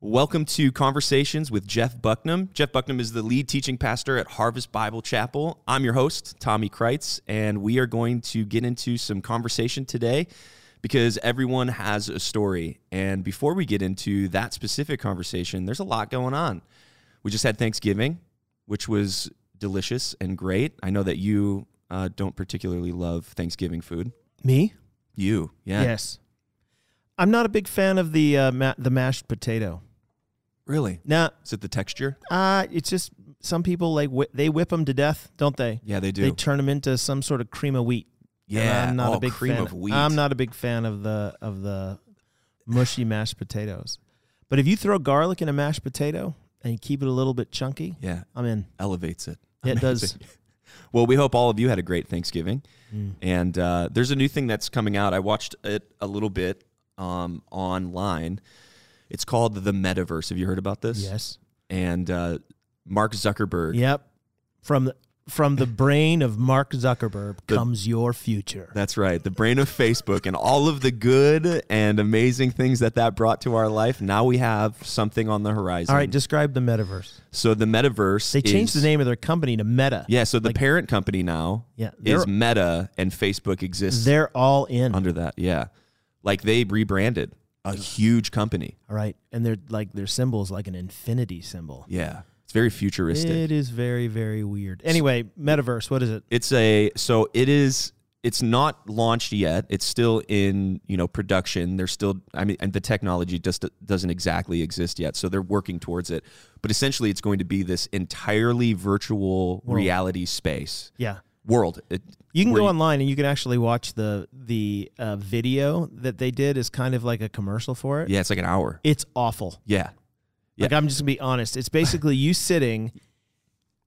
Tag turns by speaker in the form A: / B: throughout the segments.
A: Welcome to Conversations with Jeff Bucknam. Jeff Bucknam is the lead teaching pastor at Harvest Bible Chapel. I'm your host, Tommy Kreitz, and we are going to get into some conversation today because everyone has a story. And before we get into that specific conversation, there's a lot going on. We just had Thanksgiving, which was delicious and great. I know that you uh, don't particularly love Thanksgiving food.
B: Me?
A: You, yeah.
B: Yes. I'm not a big fan of the uh, ma- the mashed potato.
A: Really?
B: Now,
A: Is it the texture?
B: uh, it's just some people like whi they whip them to death, don't they?
A: Yeah, they do.
B: They turn them into some sort of cream of wheat. And
A: yeah,
B: I'm not
A: oh,
B: a big
A: cream
B: fan.
A: of wheat.
B: I'm not a big fan of the of the mushy mashed potatoes. But if you throw garlic in a mashed potato and you keep it a little bit chunky,
A: Yeah,
B: I'm in.
A: elevates it.
B: It does.
A: Amazing. Well, we hope all of you had a great Thanksgiving.
B: Mm.
A: And uh, there's a new thing that's coming out. I watched it a little bit um, online. It's called the Metaverse. Have you heard about this?
B: Yes.
A: And uh, Mark Zuckerberg.
B: Yep. From the from the brain of Mark Zuckerberg comes your future.
A: That's right. The brain of Facebook and all of the good and amazing things that that brought to our life. Now we have something on the horizon.
B: All right, describe the metaverse.
A: So the Metaverse.
B: They changed
A: is-
B: the name of their company to Meta.
A: Yeah. So the parent company now
B: Yeah, they're-
A: is Meta, and Facebook exists
B: They're all in.
A: under that. Yeah. Like they rebranded a huge company.
B: All right. And they're like their symbol is like an infinity symbol.
A: Yeah. It's very futuristic.
B: It is very, very weird. Anyway, metaverse, what is it?
A: it's a so it is it's not launched yet. It's still in, you know, production. They're still I mean and the technology just doesn't exactly exist yet. So they're working towards it. But essentially it's going to be this entirely virtual reality space
B: Yeah.
A: world. It,
B: You can
A: where
B: go online and you can actually watch the the uh, video that they did is kind of like a commercial for it.
A: Yeah, it's like an hour.
B: It's awful.
A: Yeah. Yeah.
B: Like I'm just gonna be honest. It's basically you sitting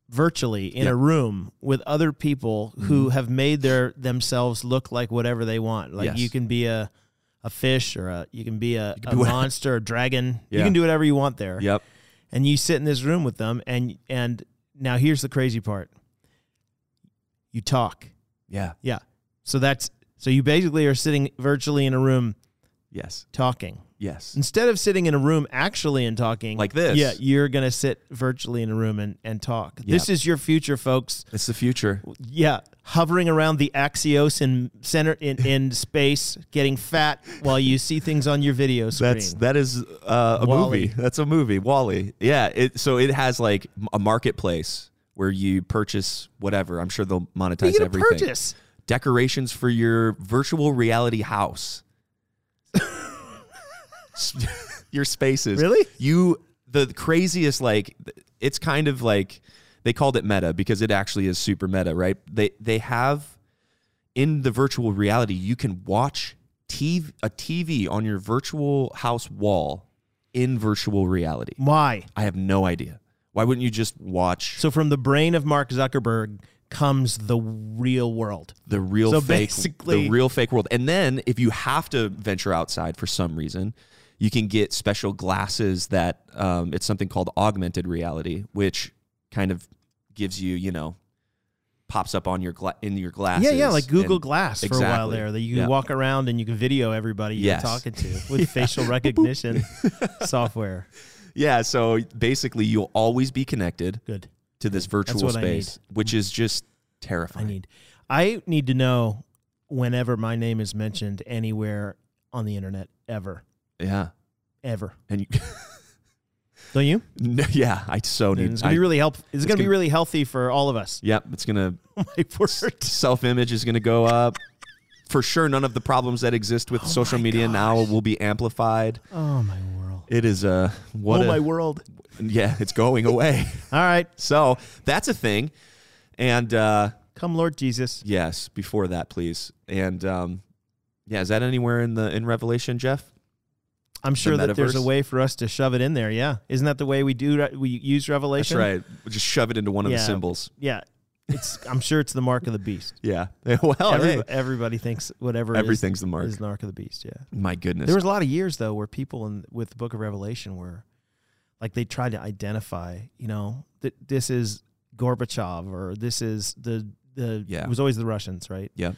B: virtually in
A: Yeah. Mm-hmm.
B: a room with other people who have made their themselves look like whatever they want. Like
A: Yes.
B: you can be a a fish or a you can be a,
A: be
B: a
A: what-
B: monster, a dragon.
A: Yeah.
B: You can do whatever you want there.
A: Yep.
B: And you sit in this room with them and and now here's the crazy part. You talk.
A: Yeah.
B: Yeah. So that's so you basically are sitting virtually in a room
A: Yes.
B: talking.
A: Yes.
B: Instead of sitting in a room actually and talking
A: Like this.
B: Yeah, you're going to sit virtually in a room and, and talk. This is your future, folks.
A: It's the future.
B: Yeah, hovering around the axios in center in, in space, getting fat while you see things on your video screen.
A: That's that is uh, a
B: Wall-E.
A: movie. That's a movie. Wally. Yeah. It, so it has like m- a marketplace where you purchase whatever. I'm sure they'll monetize
B: you get a
A: everything.
B: purchase.
A: Decorations for your virtual reality house. S- your spaces.
B: Really?
A: You the craziest like th- it's kind of like they called it meta because it actually is super meta, right? They they have in the virtual reality, you can watch TV, a TV on your virtual house wall in virtual reality.
B: Why?
A: I have no idea. Why wouldn't you just watch
B: So from the brain of Mark Zuckerberg comes the real world.
A: the real
B: So
A: fake
B: basically-
A: the real fake world? And then if you have to venture outside for some reason, you can get special glasses that um, it's something called augmented reality, which kind of gives you, you know, pops up on your gla- in your glasses.
B: Yeah, yeah, like Google
A: and-
B: Glass for a while
A: Exactly.
B: there that you can
A: Yeah.
B: walk around and you can video everybody you're
A: Yes.
B: talking to with facial recognition software.
A: Yeah, so basically you'll always be connected.
B: Good.
A: to this virtual
B: what I need.
A: space, which is just
B: I
A: terrifying.
B: need I need to know whenever my name is mentioned anywhere on the internet ever.
A: Yeah,
B: Ever.
A: and you,
B: Don't you?
A: No, yeah, I so
B: And
A: need.
B: it's gonna
A: I-
B: be really helpful. It's, gonna,
A: gonna-
B: be really healthy for all of us.
A: yep, it's gonna
B: Oh my word.
A: self image is gonna go up. For sure, none of the problems that exist with social media now will be amplified.
B: Oh my world.
A: It is a what?
B: oh
A: a-
B: my world.
A: yeah, it's going away.
B: All right.
A: so that's a thing, and uh,
B: Come Lord Jesus.
A: yes, before that, please, and um, yeah, is that anywhere in the in Revelation, Jeff?
B: I'm sure that there's a
A: metaverse.
B: way for us to shove it in there. Yeah. Isn't that the way we do we use
A: That's
B: Revelation?
A: right. Just shove it into one of the
B: Yeah.
A: symbols.
B: Yeah. It's I'm sure it's the mark of the beast.
A: Yeah. well,
B: Every-
A: Oh, hey,
B: everybody thinks whatever it is
A: everything's the mark.
B: is the mark of the beast, yeah.
A: My goodness.
B: There was a lot of years though where people in with the Book of Revelation were like they tried to identify, you know, that this is Gorbachev or this is the the
A: Yeah.
B: it was always the Russians, right?
A: yeah.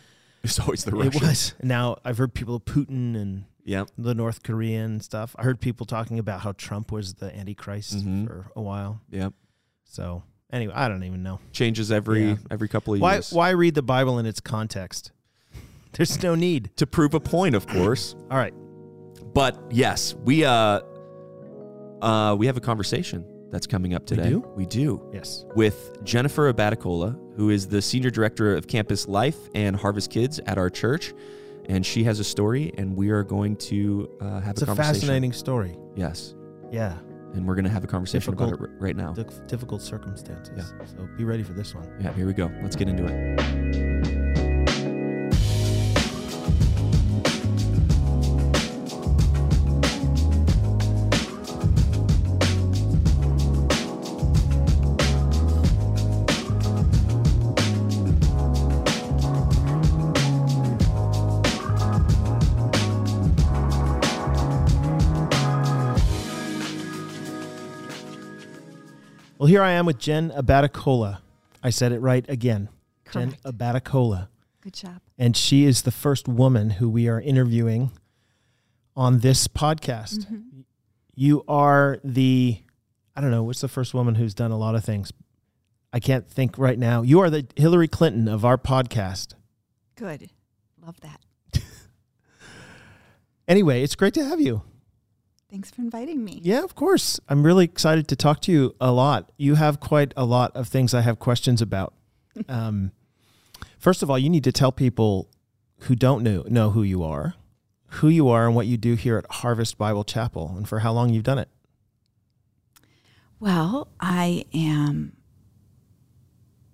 A: It's always the
B: It was. Now I've heard people Putin and
A: Yep.
B: the North Korean stuff. I heard people talking about how Trump was the Antichrist
A: Mhm.
B: for a while.
A: Yep.
B: So anyway, I don't even know.
A: Changes every
B: Yeah.
A: every couple of
B: Why
A: years.
B: why read the Bible in its context? There's no need.
A: To prove a point, of course.
B: All right.
A: But yes, we uh uh we have a conversation that's coming up today.
B: do?
A: We do.
B: Yes.
A: With Jennifer Abaticola, who is the senior director of campus life and Harvest Kids at our church, and she has a story, and we are going to uh, have
B: It's
A: a
B: a
A: conversation.
B: fascinating story.
A: Yes,
B: Yeah.
A: and we're going to have a conversation about
B: Difficult.
A: it r- right now.
B: Dif- difficult circumstances. So be ready for this one.
A: Yeah, here we go. Let's get into it.
B: Well, here I am with Jen Abaticola. I said it right again. Jen Abaticola.
C: Good job.
B: And she is the first woman who we are interviewing on this podcast. You are the, I don't know, what's the first woman who's done a lot of things? I can't think right now. You are the Hillary Clinton of our podcast.
C: Good. Love that.
B: Anyway, it's great to have you.
C: Thanks for inviting me.
B: Yeah, of course. I'm really excited to talk to you a lot. You have quite a lot of things I have questions about. um, first of all, you need to tell people who don't know, know who you are, who you are, and what you do here at Harvest Bible Chapel, and for how long you've done it.
C: Well, I am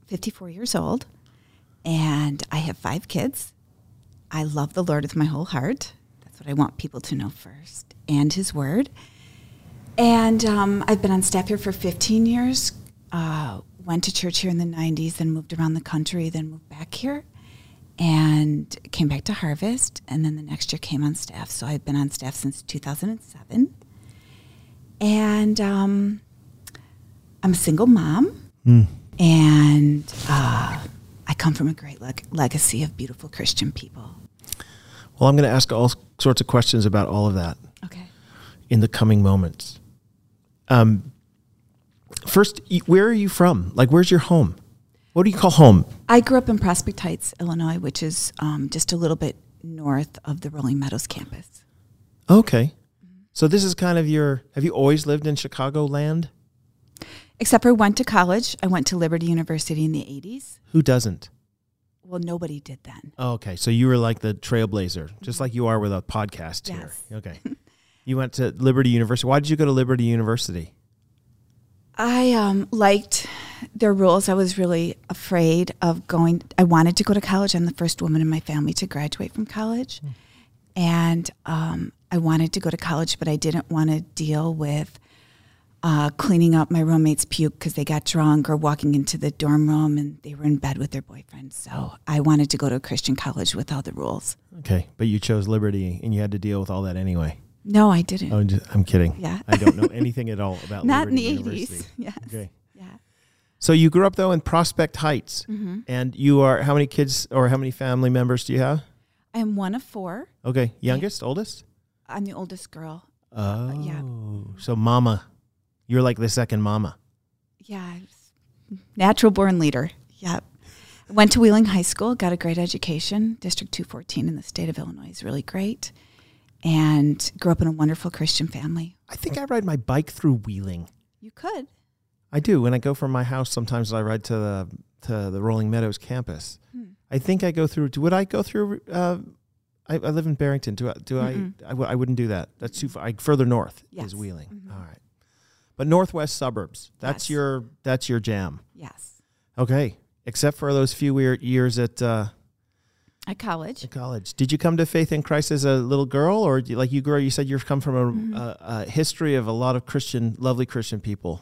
C: 54 years old and I have five kids. I love the Lord with my whole heart. That's what I want people to know first, and His Word. And um, I've been on staff here for 15 years. Uh, went to church here in the 90s, then moved around the country, then moved back here, and came back to Harvest. And then the next year came on staff. So I've been on staff since 2007. And um, I'm a single mom, and uh, I come from a great leg- legacy of beautiful Christian people.
B: Well, I'm going to ask all sorts of questions about all of that
C: Okay.
B: in the coming moments. Um, first, y- where are you from? Like, where's your home? What do you call home?
C: I grew up in Prospect Heights, Illinois, which is um, just a little bit north of the Rolling Meadows campus.
B: Okay. So this is kind of your. Have you always lived in Chicago land?
C: Except for I went to college. I went to Liberty University in the 80s.
B: Who doesn't? Oh,
C: Well, nobody did then.
B: Okay, so you were like the trailblazer, just like you are with a podcast
C: Yes.
B: here. Okay. you went to Liberty University. Why did you go to Liberty University?
C: I um, liked their rules. I was really afraid of going. I wanted to go to college. I'm the first woman in my family to graduate from college. And um, I wanted to go to college, but I didn't want to deal with uh, cleaning up my roommate's puke because they got drunk or walking into the dorm room and they were in bed with their boyfriend. So I wanted to go to a Christian college with all the rules.
B: Okay, but you chose Liberty and you had to deal with all that anyway.
C: No, I didn't.
B: Oh, I'm, just, I'm kidding.
C: Yeah.
B: I don't know anything at all about
C: Not
B: Liberty
C: in the
B: University.
C: 80s. Yes.
B: Okay.
C: Yeah.
B: So you grew up though in Prospect Heights.
C: Mm-hmm.
B: And you are how many kids or how many family members do you have?
C: I am one of four.
B: Okay, youngest, oldest?
C: I'm the oldest girl.
B: Oh.
C: Uh, yeah.
B: So mama. You're like the second mama.
C: Yeah, I was natural born leader. Yep. Went to Wheeling High School, got a great education. District 214 in the state of Illinois is really great. And grew up in a wonderful Christian family.
B: I think I ride my bike through Wheeling.
C: You could.
B: I do. When I go from my house, sometimes I ride to the to the Rolling Meadows campus.
C: Hmm.
B: I think I go through. do- Would I go through? Uh, I, I live in Barrington. Do I? Do I I
C: Mm-mm.
B: I? W- I wouldn't do that. That's too far. I, further north
C: Yes.
B: is Wheeling.
C: Mhm.
B: All right, but northwest suburbs. That's
C: Yes.
B: your that's your jam.
C: Yes.
B: Okay, except for those few weird years at uh,
C: At college.
B: college. Did you come to faith in Christ as a little girl, or do you- like you grew? You said you've come from a,
C: Mm-hmm.
B: a, a history of a lot of Christian, lovely Christian people.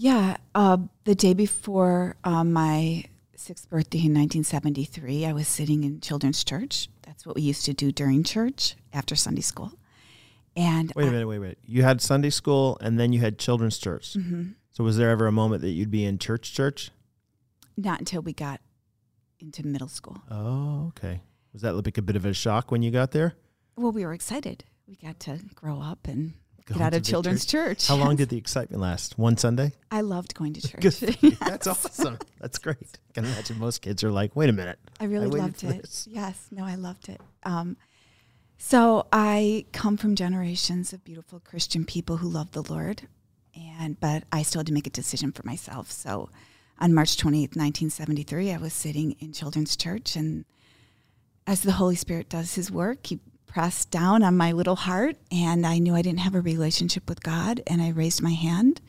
C: Yeah. Uh, the day before uh, my sixth birthday in 1973, I was sitting in children's church. That's what we used to do during church after Sunday school. And
B: Wait a
C: I-
B: minute, wait a minute. You had Sunday school and then you had children's church.
C: Mm-hmm.
B: So was there ever a moment that you'd be in church church?
C: not until we got into middle school.
B: Oh, okay. Was that like a bit of a shock when you got there?
C: Well, we were excited. we got to grow up and
B: Go
C: get out
B: to
C: of
B: the
C: children's church.
B: How long did the excitement last? One Sunday?
C: I loved going to
B: Good
C: church.
B: for you. That's awesome. That's great. I can imagine most kids are like, wait a minute.
C: I really
B: waited
C: loved
B: for
C: it.
B: this.
C: Yes, no, I loved it. Um, so I come from generations of beautiful Christian people who love the Lord, and but I still had to make a decision for myself. So on March twenty eighth, 1973, I was sitting in Children's Church, and as the Holy Spirit does his work, he pressed down on my little heart, and I knew I didn't have a relationship with God, and I raised my hand.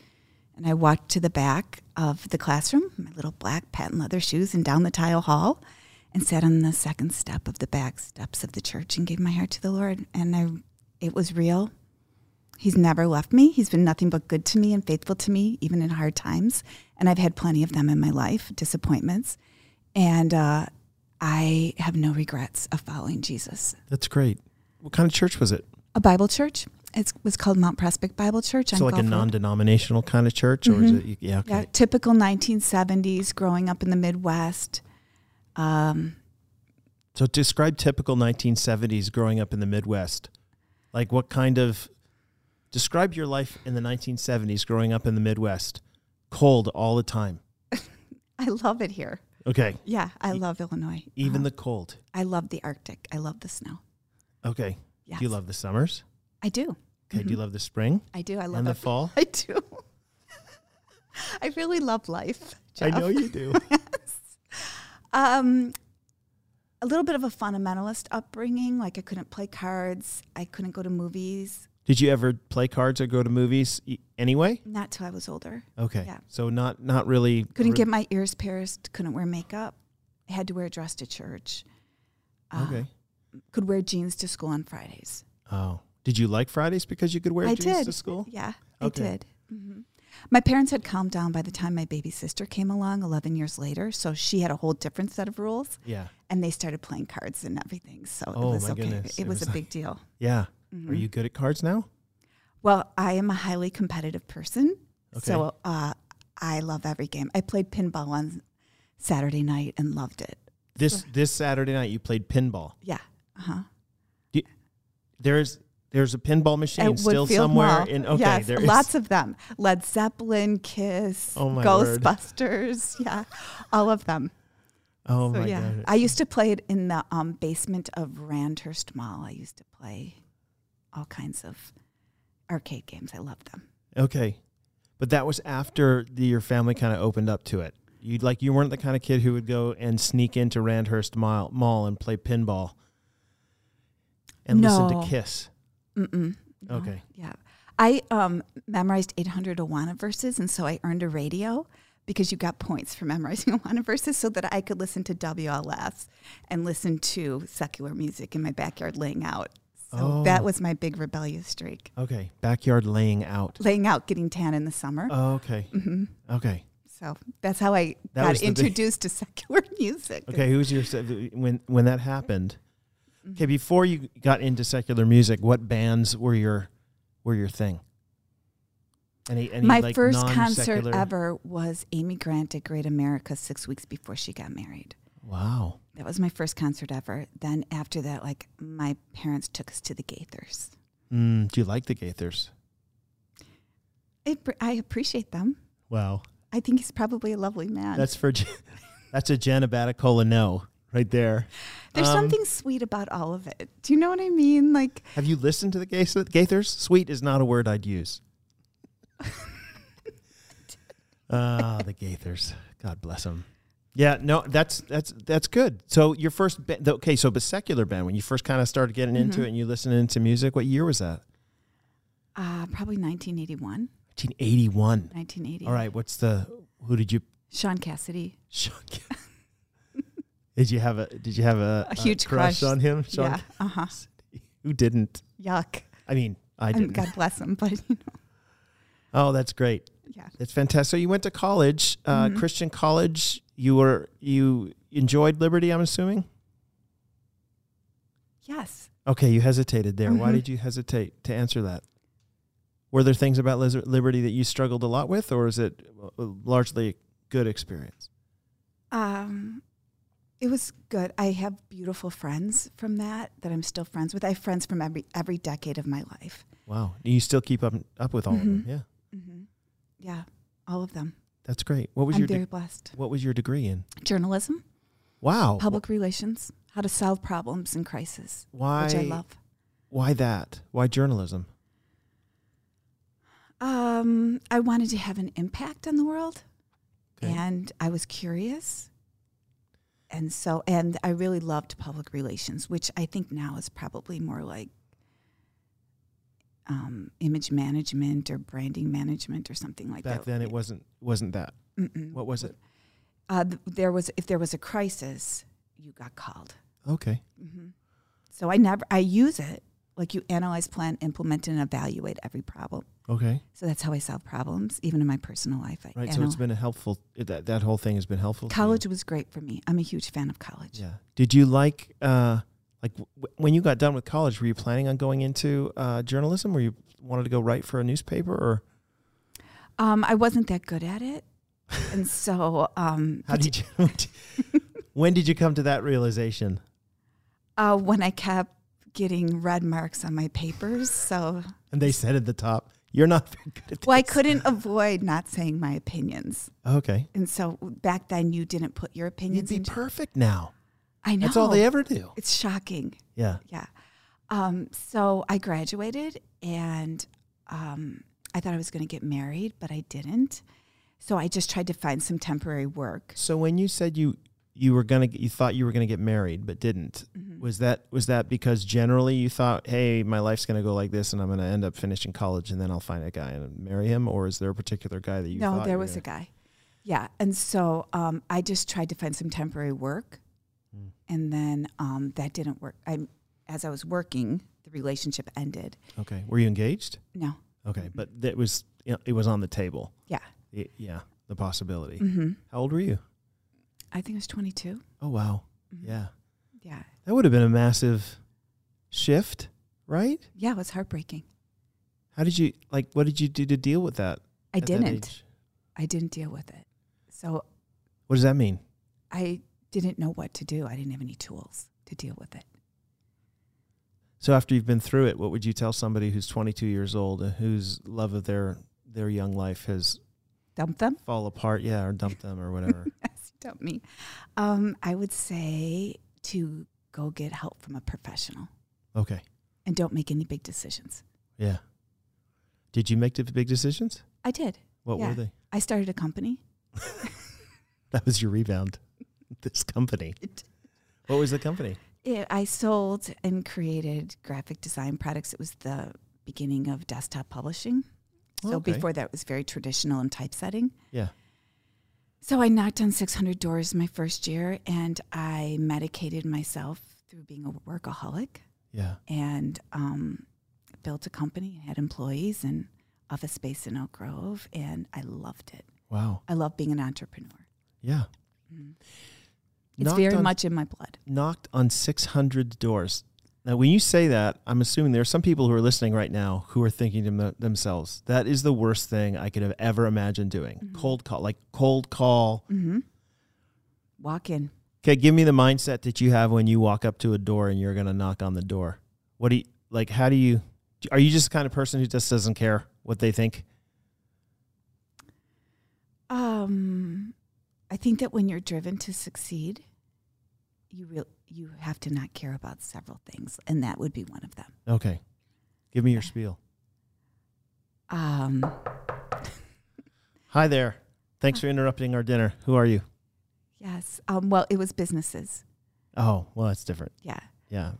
C: And I walked to the back of the classroom, my little black patent leather shoes, and down the tile hall and sat on the second step of the back steps of the church and gave my heart to the Lord. And I, it was real. He's never left me. He's been nothing but good to me and faithful to me, even in hard times. And I've had plenty of them in my life, disappointments. And uh, I have no regrets of following Jesus.
B: That's great. What kind of church was it?
C: A Bible church. It was called Mount Prospect Bible Church. on
B: so like a
C: Gulf Road.
B: non-denominational kind of church, or is it? Mm-hmm. Yeah. Okay.
C: Yeah, typical 1970s growing up in the Midwest.
B: So describe typical 1970s growing up in the Midwest. Like what kind of describe your life in the 1970s growing up in the Midwest? Cold all the time.
C: I love it here.
B: Okay.
C: Yeah, I love Illinois.
B: E- Even
C: Uh,
B: the cold.
C: I love the Arctic. I love the snow.
B: Okay.
C: Yes.
B: Do you love the summers?
C: I do.
B: Okay. Do you love the spring
C: I do. I love
B: and the
C: it.
B: fall?
C: I do. I really love life.
B: I
C: Jeff.
B: know you do.
C: Um, a little bit of a fundamentalist upbringing. Like I couldn't play cards. I couldn't go to movies.
B: Did you ever play cards or go to movies y- anyway?
C: Not till I was older.
B: Okay.
C: Yeah.
B: So not not really
C: Couldn't
B: re-
C: get my ears pierced. Couldn't wear makeup. Had to wear a dress to church. Uh,
B: Okay.
C: Could wear jeans to school on Fridays.
B: Oh. Did you like Fridays because you could wear
C: uh. I
B: jeans
C: did.
B: to school?
C: Yeah,
B: Okay.
C: I did. Mhm. My parents had calmed down by the time my baby sister came along 11 years later. So she had a whole different set of rules
B: Yeah.
C: and they started playing cards and everything. So
B: Oh,
C: it was
B: my
C: okay.
B: goodness.
C: It,
B: It
C: was,
B: was
C: a big deal.
B: Yeah.
C: Mm-hmm.
B: Are you good at cards now?
C: Well, I am a highly competitive person.
B: Okay.
C: So uh, I love every game. I played pinball on Saturday night and loved it.
B: This this Saturday night you played pinball.
C: Yeah. Uh huh.
B: There's there's a pinball machine still somewhere in okay
C: yes,
B: there is
C: lots of them. Led Zeppelin, Kiss,
B: Oh, my word.
C: Ghostbusters, yeah, all of them.
B: oh
C: So
B: my
C: yeah,
B: god
C: I used to play it in the um, basement of Randhurst Mall. I used to play all kinds of arcade games. I love them.
B: okay but that was after the, your family kind of opened up to it you like you weren't the kind of kid who would go and sneak into Randhurst Mall, mall and play pinball and listen
C: No.
B: to Kiss
C: Mm-mm. No.
B: Okay.
C: Yeah, I um, memorized 800 Awana verses, and so I earned a radio because you got points for memorizing Awana verses, so that I could listen to WLS and listen to secular music in my backyard, laying out. So that
B: Oh.
C: was my big rebellious streak.
B: okay backyard laying out
C: Laying out, getting tan in the summer. Mm-hmm.
B: oh, okay okay
C: So that's how I
B: That was
C: got
B: the big-
C: introduced to secular music.
B: okay who's your when when that happened
C: Mm-hmm.
B: okay before you got into secular music what bands were your were your thing any, any
C: My
B: like,
C: 1st concert
B: non-secular-
C: ever was Amy Grant at Great America six weeks before she got married.
B: Wow.
C: That was my first concert ever. Then after that, like my parents took us to the Gaithers.
B: Mm, do you like the Gaithers?
C: It, I appreciate them.
B: Wow.
C: I think he's probably a lovely man.
B: That's for J- that's a Jen Abaticola no right there.
C: There's
B: um,
C: something sweet about all of it. Do you know what I mean? Like,
B: Have you listened to the Gais- Gaithers? Sweet is not a word I'd use. Ah, the Gaithers. God bless them. Yeah, no, that's that's that's good. So your first ba- the- okay, so but secular band when you first kind of started getting
C: Mm-hmm.
B: into it and you listening to music, what year was that?
C: uh, probably 1981,
B: 1981.
C: 1980.
B: All right, what's the who did you
C: Sean Cassidy.
B: Shock. did you have a did you have a,
C: A huge
B: crush,
C: crush.
B: on him? Sean?
C: Yeah. Uh huh.
B: Who didn't?
C: Yuck.
B: I mean, I
C: I mean,
B: didn't.
C: God bless him, but you know,
B: Oh, that's great.
C: yeah.
B: That's fantastic. So you went to college, uh,
C: Mm-hmm.
B: Christian college. You were you enjoyed liberty, I'm assuming?
C: Yes.
B: Okay, you hesitated there. Why
C: Mhm.
B: did you hesitate to answer that? Were there things about lis- liberty that you struggled a lot with or is it uh, largely a good experience?
C: Um, It was good. I have beautiful friends from that that I'm still friends with. I have friends from every every decade of my life.
B: Wow. Do you still keep up up with all of them?
C: Mm-hmm.
B: Yeah.
C: Yeah, all of them.
B: That's great. What was
C: I'm
B: your de-
C: very blessed.
B: What was your degree in?
C: Journalism,
B: Wow.
C: public relations, how to solve problems and crisis,
B: Why?
C: which I love.
B: Why that? Why journalism?
C: Um, I wanted to have an impact on the world,
B: Okay.
C: and I was curious, and so and I really loved public relations, which I think now is probably more like um, image management or branding management or something like
B: Back
C: that.
B: then, it wasn't wasn't that. What was it?
C: Uh, th- there was if there was a crisis, you got called.
B: Okay.
C: Mm-hmm. So I never I use it like you analyze, plan, implement, and evaluate every problem.
B: Okay.
C: So that's how I solve problems, even in my personal life. I
B: Right. So
C: analyze.
B: it's been a helpful. That that whole thing has been helpful. to you.
C: College was great for me. I'm a huge fan of college.
B: Yeah. Did you like uh like w- when you got done with college? Were you planning on going into uh, journalism? Were you wanted to go write for a newspaper or
C: Um, I wasn't that good at it, and so um,
B: how did you? when did you come to that realization?
C: uh, when I kept getting red marks on my papers, so
B: And they said at the top, "You're not very good at."
C: well, I couldn't avoid not saying my opinions.
B: That. Okay.
C: And so back then, you didn't put your
B: You'd
C: opinions.
B: be
C: into
B: perfect now.
C: I know
B: That's all they ever do.
C: It's shocking.
B: Yeah.
C: Yeah. Um, so I graduated and um, I thought I was going to get married, but I didn't. So I just tried to find some temporary work.
B: So when you said you you were gonna you thought you were gonna get married but didn't,
C: Mm-hmm.
B: was that was that because generally you thought, hey, my life's gonna go like this and I'm gonna end up finishing college and then I'll find a guy and marry him, or is there a particular guy that you?
C: no,
B: thought
C: there
B: you were
C: was a
B: gonna-
C: guy. Yeah. And so um, I just tried to find some temporary work.
B: Hmm.
C: And then um, that didn't work. I, as I was working, the relationship ended.
B: Okay, were you engaged?
C: No.
B: Okay, but that was you know, it was on the table.
C: Mm-hmm. Yeah. Mm-hmm.
B: It- yeah, the possibility. How old were you?
C: I think I was 22.
B: Oh wow,
C: Mm-hmm.
B: yeah,
C: Yeah.
B: that would have been a massive shift, right?
C: Yeah. It was heartbreaking.
B: How did you like? What did you do to deal with that?
C: I
B: at that
C: didn't.
B: age?
C: I didn't deal with it. So
B: What does that mean?
C: I didn't know what to do. I didn't have any tools to deal with it.
B: So after you've been through it, what would you tell somebody who's 22 years old uh, whose love of their their young life has
C: Dump them?
B: fall apart, yeah, or dumped them or whatever?
C: Yes, dump me. Um, I would say to go get help from a professional
B: okay.
C: and don't make any big decisions.
B: Yeah. Did you make the big decisions?
C: I did.
B: What
C: Yeah.
B: were they?
C: I started a company.
B: That was your rebound. This company.
C: It-
B: What was the company?
C: It, I sold and created graphic design products. It was the beginning of desktop publishing. So
B: Okay.
C: before that, it was very traditional and typesetting.
B: Yeah.
C: So I knocked on 600 doors my first year and I medicated myself through being a workaholic.
B: Yeah.
C: and um, built a company, had employees and office space in Oak Grove, and I loved it.
B: Wow.
C: I love being an entrepreneur.
B: Yeah.
C: Mm-hmm. It's
B: Knocked
C: very
B: on-
C: much in my blood.
B: knocked on 600 doors. Now, when you say that, I'm assuming there are some people who are listening right now who are thinking to them- themselves, that is the worst thing I could have ever imagined doing. Cold call, like cold call.
C: Mm-hmm. Walk in.
B: Okay, give me the mindset that you have when you walk up to a door and you're going to knock on the door. What do you, like, how do you, are you just the kind of person who just doesn't care what they think?
C: Um, I think that when you're driven to succeed, you real you have to not care about several things, and that would be one of them.
B: Okay. Give me your spiel.
C: Um,
B: Hi there. Thanks for interrupting our dinner. Who are you?
C: yes. Um, well, it was businesses.
B: Oh, well, that's different.
C: Yeah.
B: Yeah.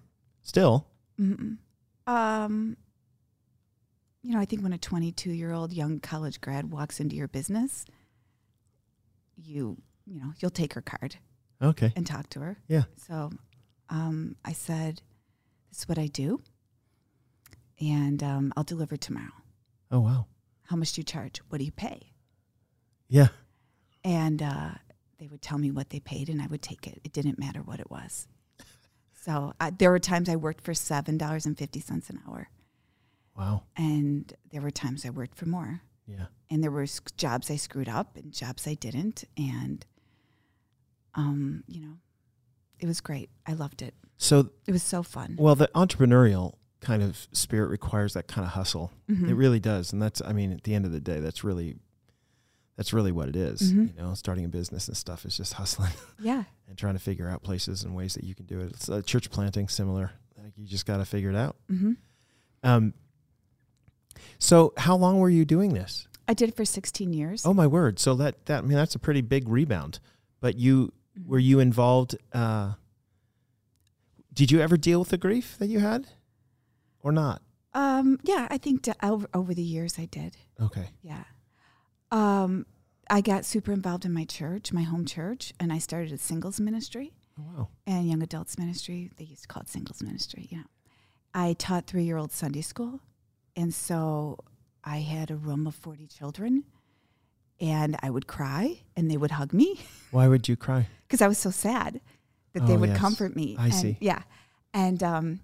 B: Still.
C: Mm-mm. Um, you know, I think when a 22 year old young college grad walks into your business, you, you know, you'll take her card
B: Okay.
C: and talk to her.
B: Yeah.
C: So um, I said, This is what I do. And um, I'll deliver tomorrow.
B: Oh, wow.
C: How much do you charge? What do you pay?
B: Yeah.
C: And uh, they would tell me what they paid and I would take it. It didn't matter what it was. So I, there were times I worked for $7.50 an hour.
B: Wow.
C: and there were times I worked for more.
B: Yeah.
C: And there were sc- jobs I screwed up and jobs I didn't, and um, you know, it was great. I loved it.
B: So,
C: It was so fun.
B: well, the entrepreneurial kind of spirit requires that kind of hustle. It really does, and that's I mean, at the end of the day, that's really that's really what it is, You know, starting a business and stuff is just hustling
C: Yeah.
B: and trying to figure out places and ways that you can do it. It's uh, church planting, similar. Like you just got to figure it out.
C: hmm
B: Um, so, how long were you doing this?
C: I did it for 16 years.
B: Oh my word! So that that I mean that's a pretty big rebound. But you were you involved? Uh, did you ever deal with the grief that you had, or not?
C: Um, yeah, I think to, over, over the years I did.
B: Okay.
C: Yeah. Um, I got super involved in my church, my home church, and I started a singles ministry
B: Oh, wow.
C: and young adults ministry. They used to call it singles ministry, you know. I taught three year old Sunday school. And so I had a room of 40 children, and I would cry, and they would hug me.
B: Why would you cry?
C: because I was so sad that they
B: Oh,
C: would
B: yes.
C: comfort me.
B: I
C: and,
B: see.
C: Yeah. And um,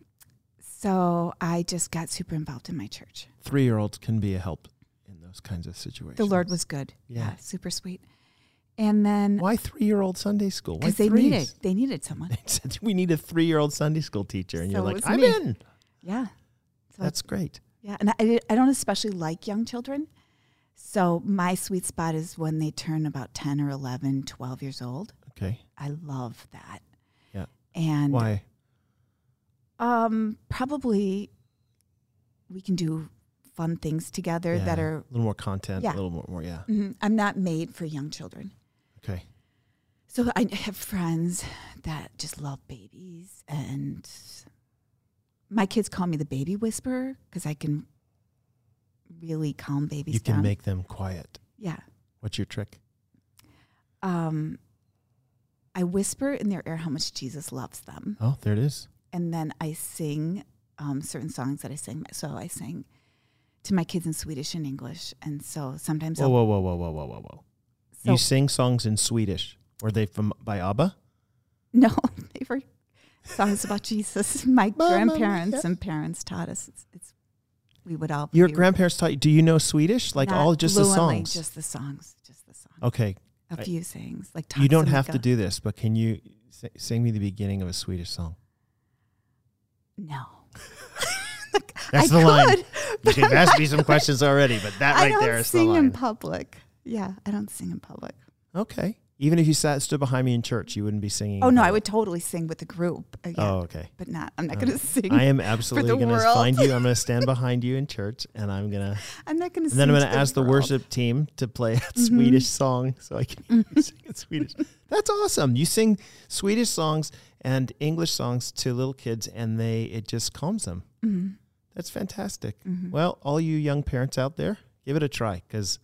C: so I just got super involved in my church.
B: Three year olds can be a help in those kinds of situations.
C: The Lord was good.
B: Yeah.
C: super sweet. And then
B: Why three year old Sunday school? Why
C: because they
B: threes?
C: needed they needed someone.
B: They said, we need a three year old Sunday school teacher, and you're
C: So it
B: like,
C: was
B: I'm
C: me.
B: in.
C: Yeah. So
B: That's great.
C: yeah. And I- I, di- I don't especially like young children. So my sweet spot is when they turn about 10 or 11, 12 years old.
B: Okay.
C: I love that.
B: Yeah.
C: And
B: Why?
C: um probably we can do fun things together that
B: Yeah.
C: are
B: a little more content.
C: Yeah.
B: A little more. more yeah.
C: Mhm. I'm not made for young children.
B: Okay.
C: So I have friends that just love babies, and my kids call me the baby whisperer because I can really calm babies
B: you can
C: down.
B: make them quiet.
C: yeah.
B: What's your trick?
C: Um, I whisper in their ear how much Jesus loves them,
B: Oh, there it is.
C: and then I sing um, certain songs that I sing. So I sing to my kids in Swedish and English, and so sometimes
B: Whoa,
C: I'll,
B: whoa, whoa, whoa, whoa, whoa, whoa, whoa.
C: so
B: Oh, you sing songs in Swedish. Were they from by ABBA?
C: No, they were songs about Jesus. My
B: Mamma
C: grandparents
B: mia.
C: and parents taught us. It's, it's we would all
B: Your
C: we were
B: grandparents taught you. Do you know Swedish? Like
C: not
B: all just the
C: fluently,
B: songs?
C: just the songs, just the songs.
B: okay.
C: A
B: I-
C: few things like
B: You don't have to
C: Tatsamika.
B: do this, but can you si- sing me the beginning of a Swedish song?
C: no.
B: That's
C: I
B: the line.
C: could,
B: You
C: but
B: have
C: I'm
B: asked
C: not
B: me some
C: gonna-
B: questions already, but that
C: I
B: right
C: don't
B: there is the
C: sing in
B: line.
C: public. Yeah, I don't sing in public.
B: Okay. Even if you sat stood behind me in church, you wouldn't be singing.
C: Oh
B: in
C: no, I
B: public.
C: would totally sing with the group. uh, yeah,
B: Oh, okay.
C: but not. I'm not
B: Oh.
C: going to sing.
B: I am absolutely
C: the
B: going to
C: world.
B: find you. I'm going to stand behind you in church, and I'm going to.
C: I'm not going to.
B: And then I'm
C: going
B: going to ask the worship team to play a Swedish song so I can hear you sing in Swedish. That's awesome. You sing Swedish songs and English songs to little kids, and they it just calms them. That's fantastic. Well, all you young parents out there, give it a try because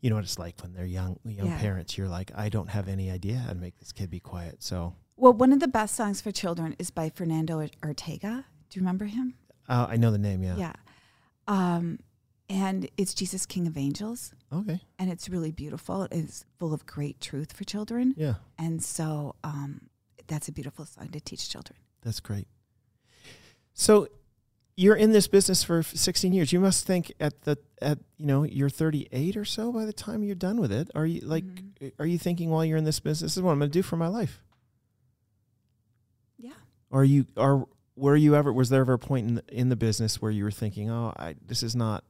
B: you know what it's like when they're young. Young
C: Yeah.
B: parents, you're like, I don't have any idea how to make this kid be quiet. So
C: Well, one of the best songs for children is by Fernando Ortega. Do you remember him?
B: uh, I know the name. Yeah.
C: Yeah. Um, and it's Jesus King of Angels,
B: Okay.
C: and it's really beautiful. It's full of great truth for children.
B: Yeah.
C: And so um, that's a beautiful song to teach children.
B: That's great. So you're in this business for f- 16 years. You must think at the at you know you're 38 or so by the time you're done with it. Are you like
C: Mm-hmm.
B: eh, are you thinking while you're in this business this is what I'm going to do for my life?
C: Yeah.
B: Or are you are were you ever was there ever a point in the, in the business where you were thinking, "Oh, I this is not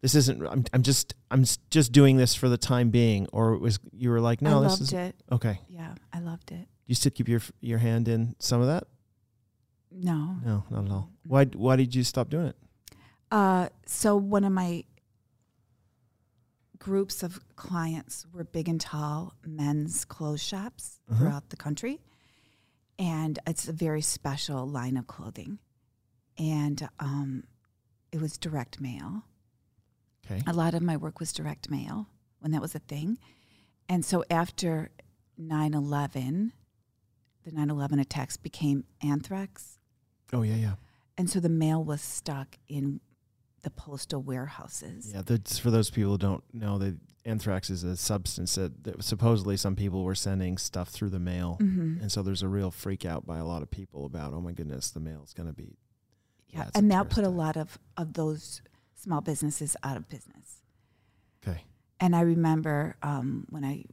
B: this isn't I'm I'm just I'm s- just doing this for the time being" or it was you were like, "No,
C: I
B: this
C: loved
B: is
C: it.
B: okay."
C: Yeah, I loved it.
B: You still keep your f- your hand in some of that?
C: No.
B: No, not at all. Why why did you stop doing it?
C: Uh, so one of my groups of clients were big and tall men's clothes shops
B: Uh-huh.
C: throughout the country, and it's a very special line of clothing, and um, it was direct mail.
B: Okay.
C: A lot of my work was direct mail when that was a thing, and so after 9-11, the 9-11 attacks became anthrax
B: Oh yeah, yeah,
C: and so the mail was stuck in the postal warehouses.
B: yeah. That's for those people who don't know that anthrax is a substance that, that supposedly some people were sending stuff through the mail,
C: hmm
B: and so there's a real freak out by a lot of people about oh my goodness, the mail's going to be
C: Yeah.
B: that's a
C: and that
B: terrorist
C: put a
B: attack.
C: lot of, of those small businesses out of business.
B: okay.
C: And I remember um, when I,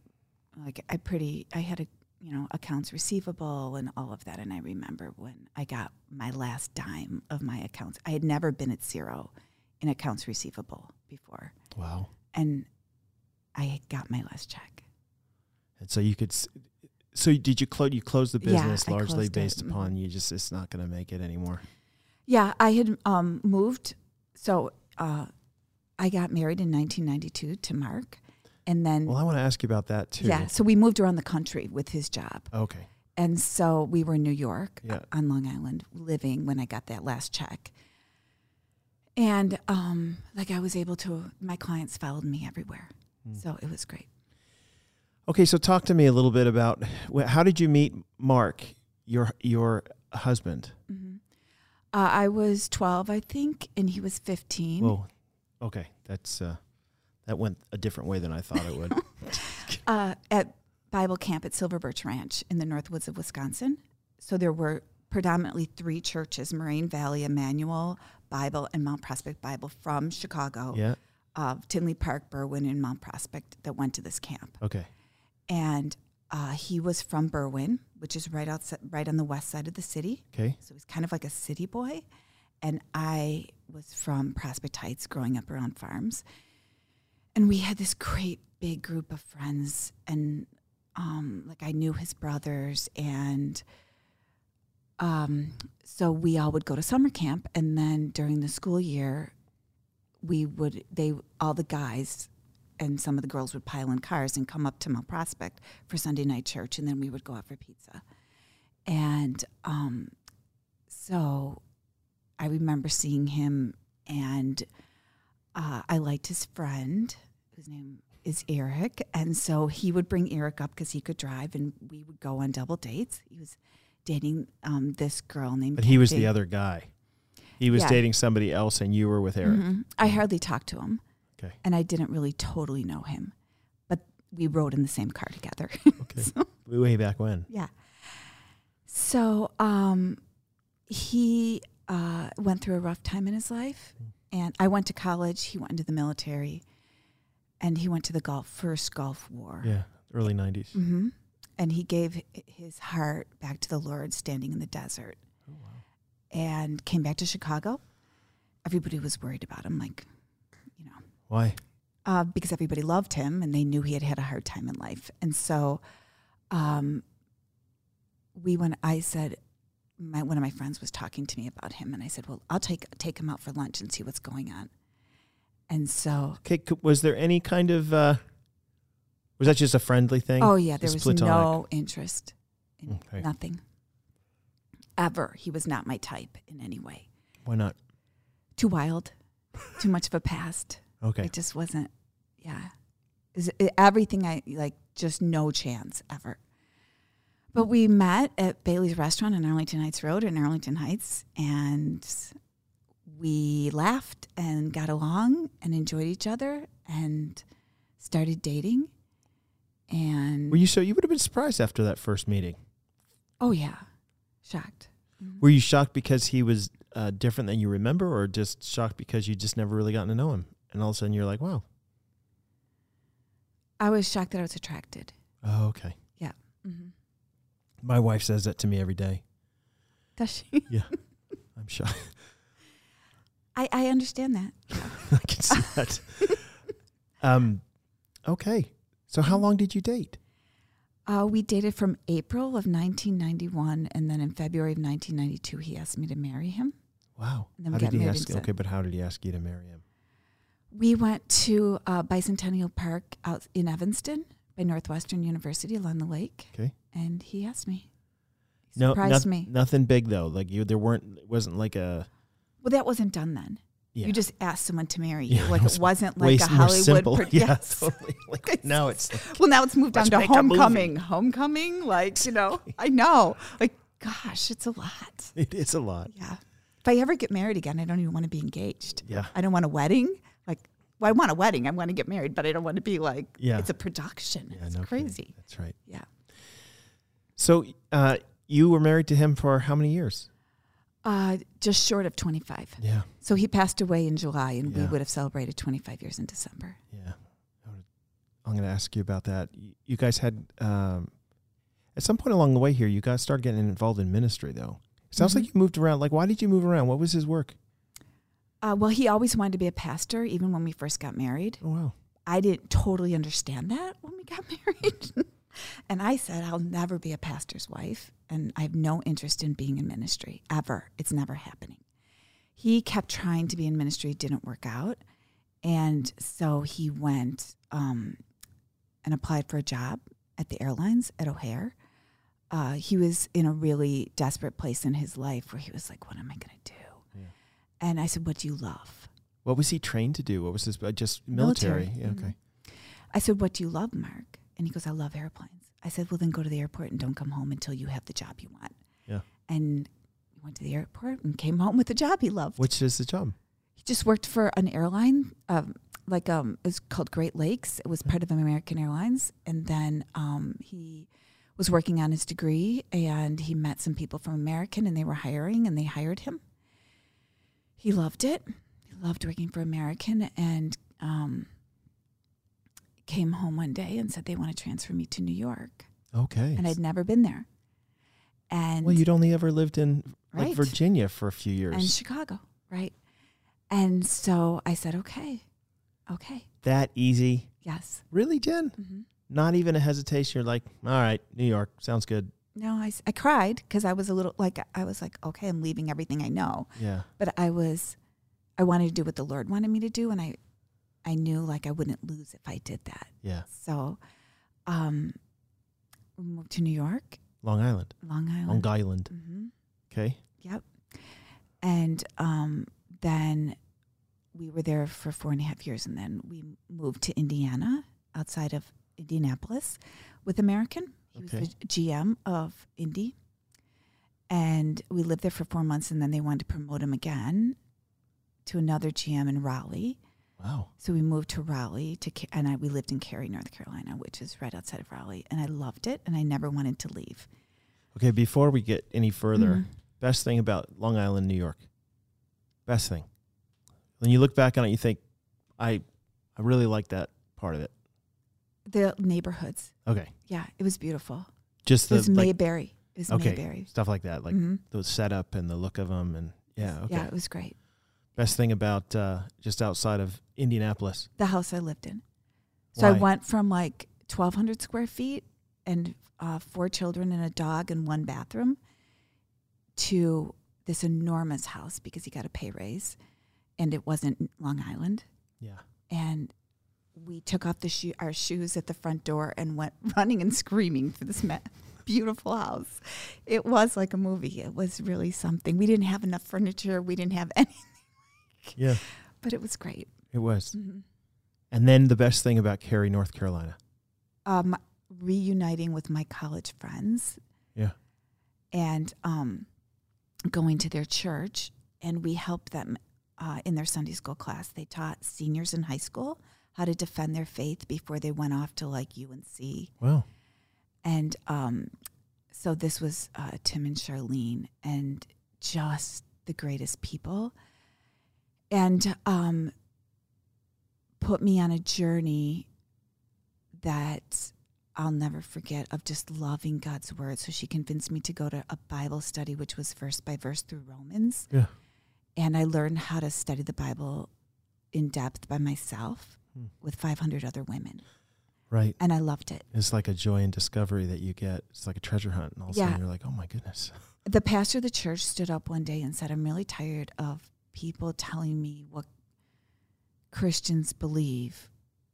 C: like, I pretty, I had a you know, accounts receivable and all of that. And I remember when I got my last dime of my accounts, I had never been at zero in accounts receivable before.
B: Wow.
C: And I had got my last check.
B: And so you could. s- So did you close? You closed the
C: Yeah,
B: business
C: I
B: largely
C: closed it.
B: based
C: Mhm.
B: upon you just it's not going to make it anymore.
C: Yeah, I had um, moved. So uh, I got married in 1992 to Mark. And then,
B: Well, I want to ask you about that too.
C: yeah, so we moved around the country with his job.
B: Okay.
C: And so we were in New York
B: Yeah.
C: on Long Island living when I got that last check. And um, like I was able to, my clients followed me everywhere.
B: Hmm.
C: So it was great.
B: Okay, so talk to me a little bit about wh- how did you meet Mark, your your husband?
C: Uh, I was 12, I think, and he was 15.
B: Whoa. Okay, that's uh, that went a different way than I thought it would.
C: uh, at Bible camp at Silver Birch Ranch in the North Woods of Wisconsin. So there were predominantly three churches Moraine Valley Emmanuel Bible and Mount Prospect Bible from Chicago,
B: yeah.
C: uh, Tinley Park, Berwyn, and Mount Prospect that went to this camp.
B: Okay.
C: And uh, he was from Berwyn, which is right outside, right on the west side of the city.
B: Okay.
C: So he's kind of like a city boy. And I was from Prospect Heights growing up around farms. And we had this great big group of friends. And um, like I knew his brothers. And um, so we all would go to summer camp. And then during the school year, we would, they, all the guys and some of the girls would pile in cars and come up to Mount Prospect for Sunday night church. And then we would go out for pizza. And um, so I remember seeing him, and uh, I liked his friend, whose name is Eric. And so he would bring Eric up because he could drive, and we would go on double dates. He was dating um, this girl named.
B: But he was the
C: Kathy.
B: other guy. He was
C: Yeah.
B: dating somebody else, and you were with Eric.
C: Mhm. I hardly talked to him,
B: Okay.
C: and I didn't really totally know him, but we rode in the same car together.
B: Okay.
C: Mm-hmm.
B: Way back when.
C: Yeah. So um, he uh, went through a rough time in his life,
B: Hmm.
C: and I went to college. He went into the military, and he went to the Gulf first Gulf War.
B: Yeah. Early nineties.
C: hmm And he gave hi- his heart back to the Lord, standing in the desert,
B: Oh,
C: and came back to Chicago. Everybody was worried about him, like you know,
B: Why?
C: uh, because everybody loved him and they knew he had had a hard time in life. And so, um, we when I said, my, one of my friends was talking to me about him, and I said, "Well, I'll take take him out for lunch and see what's going on." And so,
B: Okay. c- Was there any kind of uh, was that just a friendly thing?
C: oh yeah, there
B: Just
C: was
B: platonic. Mm,
C: no interest, in
B: Okay.
C: nothing, ever. He was not my type in any way.
B: Why not?
C: Too wild, too much of a past.
B: Okay.
C: It just wasn't. Yeah, is it, everything I like. Just no chance ever. But we met at Bailey's Restaurant in Arlington Heights Road in Arlington Heights, and we laughed and got along and enjoyed each other and started dating. And
B: Were you so you would have been surprised after that first meeting?
C: oh yeah, shocked.
B: Were you shocked because he was uh, different than you remember, or just shocked because you just never really gotten to know him, and all of a sudden you're like, wow,
C: I was shocked that I was attracted.
B: oh, okay.
C: Mm-hmm.
B: My wife says that to me every day.
C: Does she?
B: I'm shocked.
C: I, I understand that.
B: I can see that. um, okay. So how long did you date?
C: Uh, we dated from April of 1991, and then in February of 1992, he asked me to marry him.
B: Wow.
C: And then
B: how
C: we
B: did
C: got
B: he
C: married
B: ask?
C: in Sep-
B: Okay, but how did he ask you to marry him?
C: We went to uh, Bicentennial Park out in Evanston by Northwestern University along the lake,
B: Okay.
C: and he asked me. He
B: No,
C: surprised
B: noth-
C: me.
B: nothing big though. Like you, there weren't. It wasn't like a.
C: Well, that wasn't done then.
B: Yeah.
C: You just asked someone to marry you.
B: Yeah, it
C: like
B: was
C: it wasn't
B: way
C: like a
B: more
C: Hollywood.
B: simple.
C: Pro-
B: yeah,
C: yes.
B: totally. Like, now it's like,
C: Well, now it's moved
B: Let's
C: on to
B: make a movie.
C: homecoming. Homecoming, like you know, I know. Like, gosh, it's a lot.
B: it is a lot.
C: Yeah. If I ever get married again, I don't even want to be engaged.
B: Yeah.
C: I don't want a wedding. Like, well, I want a wedding. I want to get married, but I don't want to be like,
B: Yeah.
C: it's a production.
B: Yeah,
C: it's
B: no kidding.
C: crazy.
B: That's right.
C: Yeah.
B: So uh, you were married to him for how many years?
C: Uh, just short of 25.
B: Yeah,
C: So he passed away in July, and we
B: Yeah.
C: would have celebrated 25 years in December.
B: yeah. I would- I'm going to ask you about that. Y- You guys had um, At some point along the way here, you guys started getting involved in ministry, though. It sounds like you moved around. Like, why did you move around? What was his work?
C: Uh, well, he always wanted to be a pastor, even when we first got married.
B: Oh, wow.
C: I didn't totally understand that when we got married. and I said, I'll never be a pastor's wife. And I have no interest in being in ministry ever. It's never happening. He kept trying to be in ministry, didn't work out. And so he went um, and applied for a job at the airlines at O'Hare. Uh, he was in a really desperate place in his life where he was like, What am I going to do? And I said, What do you love?
B: What was he trained to do? What was his uh, just military? Mm-hmm. Yeah,
C: Military.
B: okay.
C: I said, What do you love, Mark? And he goes, I love airplanes. I said, Well, then go to the airport and don't come home until you have the job you want.
B: Yeah.
C: And he went to the airport and came home with the job he loved.
B: Which is the job?
C: He just worked for an airline, um, like um, it was called Great Lakes. It was
B: Mm-hmm.
C: part of American Airlines. And then um, he was working on his degree and he met some people from American and they were hiring and they hired him. He loved it. He loved working for American and um, came home one day and said they want to transfer me to New York.
B: Okay.
C: And I'd never been there. And
B: well, you'd only ever lived in like
C: Right.
B: Virginia for a few years.
C: and Chicago, right? And so I said, okay, okay,
B: that easy,
C: yes.
B: really, Jen?
C: hmm
B: Not even a hesitation. You're like, all right, New York sounds good.
C: No, I, s- I cried because I was a little like, I was like, okay, I'm leaving everything I know.
B: Yeah.
C: But I was, I wanted to do what the Lord wanted me to do. And I, I knew like I wouldn't lose if I did that.
B: Yeah.
C: So um, we moved to New York,
B: Long Island.
C: Long
B: Long
C: Island.
B: Island.
C: hmm
B: Okay.
C: Yep. And um, then we were there for four and a half years, and then we moved to Indiana, outside of Indianapolis, with American. He
B: Okay.
C: was the GM of Indy, and we lived there for four months, and then they wanted to promote him again to another GM in Raleigh.
B: Wow.
C: So we moved to Raleigh to, Ca- and I, we lived in Cary, North Carolina, which is right outside of Raleigh, and I loved it, and I never wanted to leave.
B: Okay. Before we get any further,
C: Mhm.
B: best thing about Long Island, New York. Best thing. When you look back on it, you think, I, I really like that part of it.
C: Mm-hmm. The neighborhoods,
B: Okay.
C: yeah, it was beautiful.
B: Just
C: It
B: the
C: was
B: like,
C: Mayberry. It was
B: Okay.
C: Mayberry.
B: stuff like that, like
C: Mhm.
B: the setup and the look of them, and yeah. Okay.
C: Yeah, it was great.
B: Best thing about uh, just outside of Indianapolis.
C: The house I lived in. So I
B: Why?
C: went from like 1,200 square feet and uh, four children and a dog and one bathroom to this enormous house because he got a pay raise and it wasn't Long Island.
B: Yeah.
C: And we took off the shoe, our shoes at the front door and went running and screaming for this ma- beautiful house. It was like a movie. It was really something. We didn't have enough furniture. We didn't have any,
B: Yeah.
C: but it was great.
B: It was.
C: Mhm.
B: And then the best thing about Cary, North Carolina.
C: um, reuniting with my college friends
B: Yeah.
C: and um, going to their church, and we helped them uh, in their Sunday school class. They taught seniors in high school how to defend their faith before they went off to like UNC.
B: Wow.
C: And um, so this was uh, Tim and Charlene, and just the greatest people. And um, put me on a journey that I'll never forget of just loving God's word. So she convinced me to go to a Bible study, which was verse by verse through Romans.
B: Yeah.
C: And I learned how to study the Bible in depth by myself
B: Hmm.
C: with 500 other women.
B: Right.
C: And I loved it.
B: It's like a joy and discovery that you get. It's like a treasure hunt, and all of a
C: Yeah.
B: sudden you're like, oh my goodness.
C: the pastor of the church stood up one day and said, I'm really tired of people telling me what Christians believe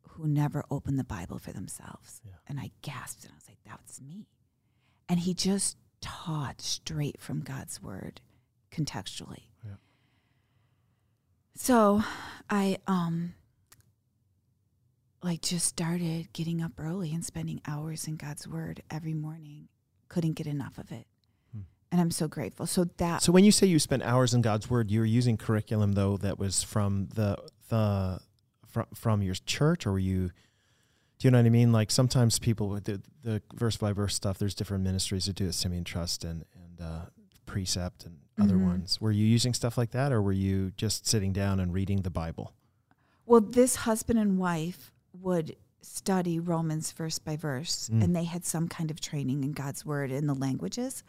C: who never open the Bible for themselves.
B: Yeah.
C: And I gasped and I was like, that's me. And he just taught straight from God's word contextually.
B: Yeah.
C: So I um like just started getting up early and spending hours in God's word every morning. Couldn't get enough of it.
B: Hmm.
C: And I'm so grateful. So that
B: So when you say you spent hours in God's Word, you were using curriculum though that was from the the from from your church, or were you? Do you know what I mean? Like sometimes people with the, the verse by verse stuff. There's different ministries that do it, Simeon Trust and and uh, Precept and other
C: Mhm.
B: ones. Were you using stuff like that, or were you just sitting down and reading the Bible?
C: Well, this husband and wife would study Romans verse by verse,
B: Mm.
C: and they had some kind of training in God's word in the languages.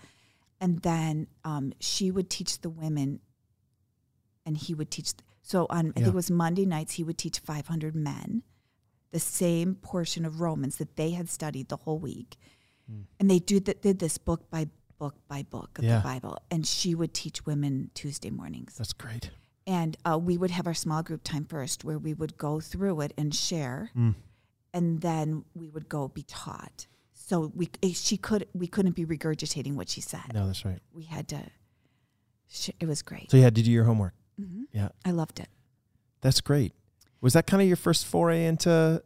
C: And then um, she would teach the women, and he would teach. So on, I think
B: Yeah.
C: it was Monday nights, he would teach 500 men the same portion of Romans that they had studied the whole week. And they did, th- did this book by book by book of
B: Mm. Yeah.
C: the Bible. And she would teach women Tuesday mornings.
B: That's great.
C: And uh, we would have our small group time first where we would go through it and share. And then we would go be taught. So we, eh, she could, we couldn't be regurgitating what she said.
B: No, that's right.
C: We had to, sh- it was great. Mm-hmm.
B: So you had to do your homework. Yeah,
C: I loved it.
B: that's great. Was that kind of your first foray into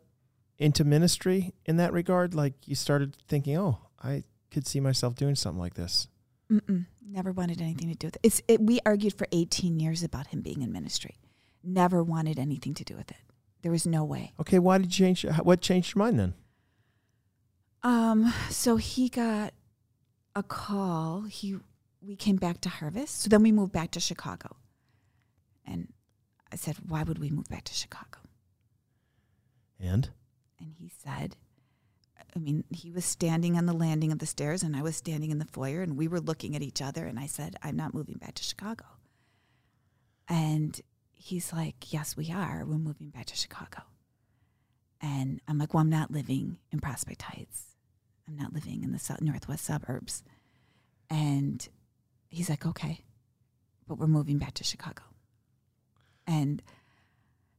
B: into ministry in that regard? Like you started thinking, oh, I could see myself doing something like this.
C: Mm-mm, never wanted anything to do with it. It's, it. We argued for 18 years about him being in ministry. Never wanted anything to do with it. There was no way.
B: Okay, why did you change? how- What changed your mind then?
C: Um, so he got a call. He we came back to Harvest. So then we moved back to Chicago. And I said, "Why would we move back to Chicago?"
B: And
C: And he said, I mean, he was standing on the landing of the stairs and I was standing in the foyer and we were looking at each other. And I said, I'm not moving back to Chicago. And he's like, Yes, we are. We're moving back to Chicago. And I'm like, Well, I'm not living in Prospect Heights. I'm not living in the sou- northwest suburbs. And he's like, Okay, but we're moving back to Chicago. And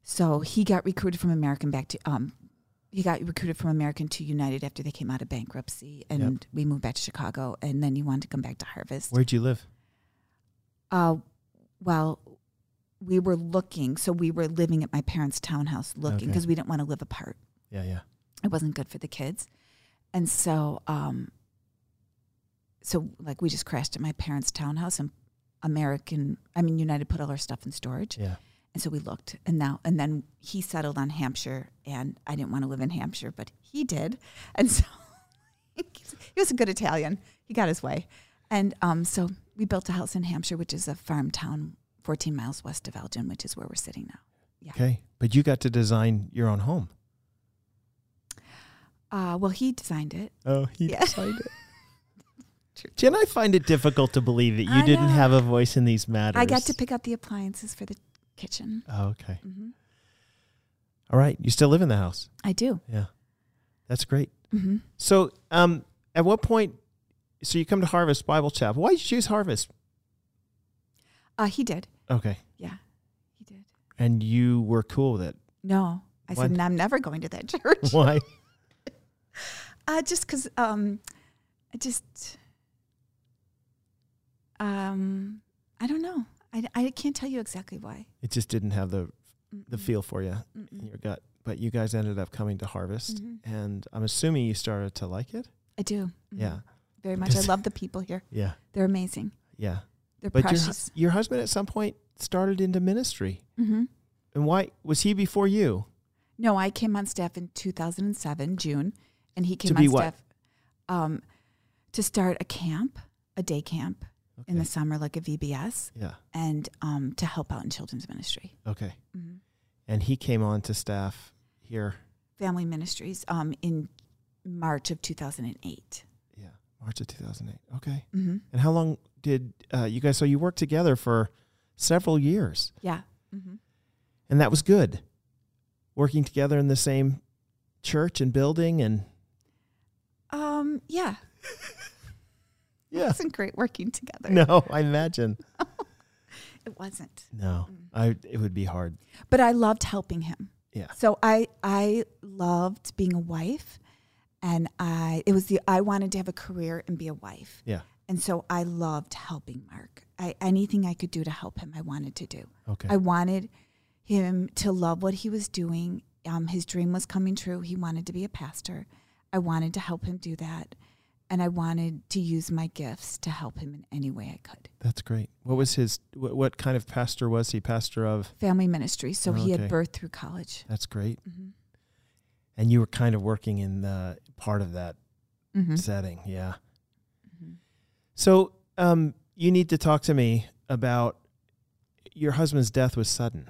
C: so he got recruited from American back to um, he got recruited from American to United after they came out of bankruptcy, and we moved back to Chicago, and then he wanted to come back to Harvest.
B: where'd you live?
C: Uh, well, we were looking, so we were living at my parents' townhouse looking
B: Okay.
C: because we didn't want to live apart.
B: Yeah, yeah.
C: It wasn't good for the kids, and so um, so like we just crashed at my parents' townhouse, and American, I mean United, put all our stuff in storage.
B: Yeah.
C: And so we looked, and now and then he settled on Hampshire, and I didn't want to live in Hampshire, but he did, and so he was a good Italian. He got his way, and um, so we built a house in Hampshire, which is a farm town, 14 miles west of Elgin, which is where we're sitting now.
B: Okay. But you got to design your own home.
C: Uh, well, he designed it.
B: Oh, he
C: Yeah.
B: designed it. Jen, I find it difficult to believe that you
C: I
B: didn't
C: know.
B: have a voice in these matters.
C: I got to pick out the appliances for the kitchen.
B: Oh, okay.
C: hmm
B: All right. You still live in the house.
C: I do.
B: Yeah. That's great.
C: hmm
B: So, um, at what point? So you come to Harvest Bible Chapel. Why did you choose Harvest?
C: Uh, he did.
B: Okay,
C: Yeah, he did.
B: and you were cool with it.
C: No, I
B: What?
C: said "No, I'm never going to that church.
B: Why?
C: Uh, just because, um, I just, um, I don't know. I, I can't tell you exactly why.
B: It just didn't have the the
C: Mm-mm.
B: feel for you in
C: Mm-mm.
B: your gut. But you guys ended up coming to Harvest,
C: Mhm.
B: and I'm assuming you started to like it.
C: I do. Mhm.
B: Yeah,
C: Very much. I
B: Does-
C: love the people here.
B: yeah,
C: They're amazing.
B: yeah.
C: They're
B: But your hu-
C: precious.
B: your husband at some point started into ministry,
C: hmm
B: and why was he before you?
C: No, I came on staff in 2007, June, and he came
B: To be
C: on
B: what?
C: staff um, to start a camp, a day camp in the
B: Okay.
C: summer, like a VBS,
B: Yeah.
C: and um, to help out in children's ministry.
B: Okay.
C: hmm
B: And he came on to staff here.
C: Family ministries um, in March of 2008.
B: Yeah, March of 2008. Okay.
C: hmm
B: And how long did uh, you guys? So you worked together for several years,
C: Yeah. hmm
B: Mm-hmm. and that was good. Working together in the same church and building, and
C: Um, yeah. It
B: yeah,
C: wasn't great working together.
B: no, I imagine
C: It wasn't.
B: no, I it would be hard.
C: But I loved helping him.
B: Yeah,
C: So I I loved being a wife and I it was the I wanted to have a career and be a wife.
B: yeah,
C: And so I loved helping Mark. I anything I could do to help him I wanted to do.
B: okay,
C: I wanted him to love what he was doing. Um, his dream was coming true. He wanted to be a pastor. I wanted to help him do that. And I wanted to use my gifts to help him in any way I could.
B: that's great. What was his? What, what kind of pastor was he? Pastor of?
C: Family ministry. So he had
B: Okay.
C: birth through college.
B: That's great.
C: hmm
B: And you were kind of working in the part of that
C: hmm
B: setting. Yeah.
C: Mm-hmm.
B: So um, you need to talk to me about your husband's death was sudden.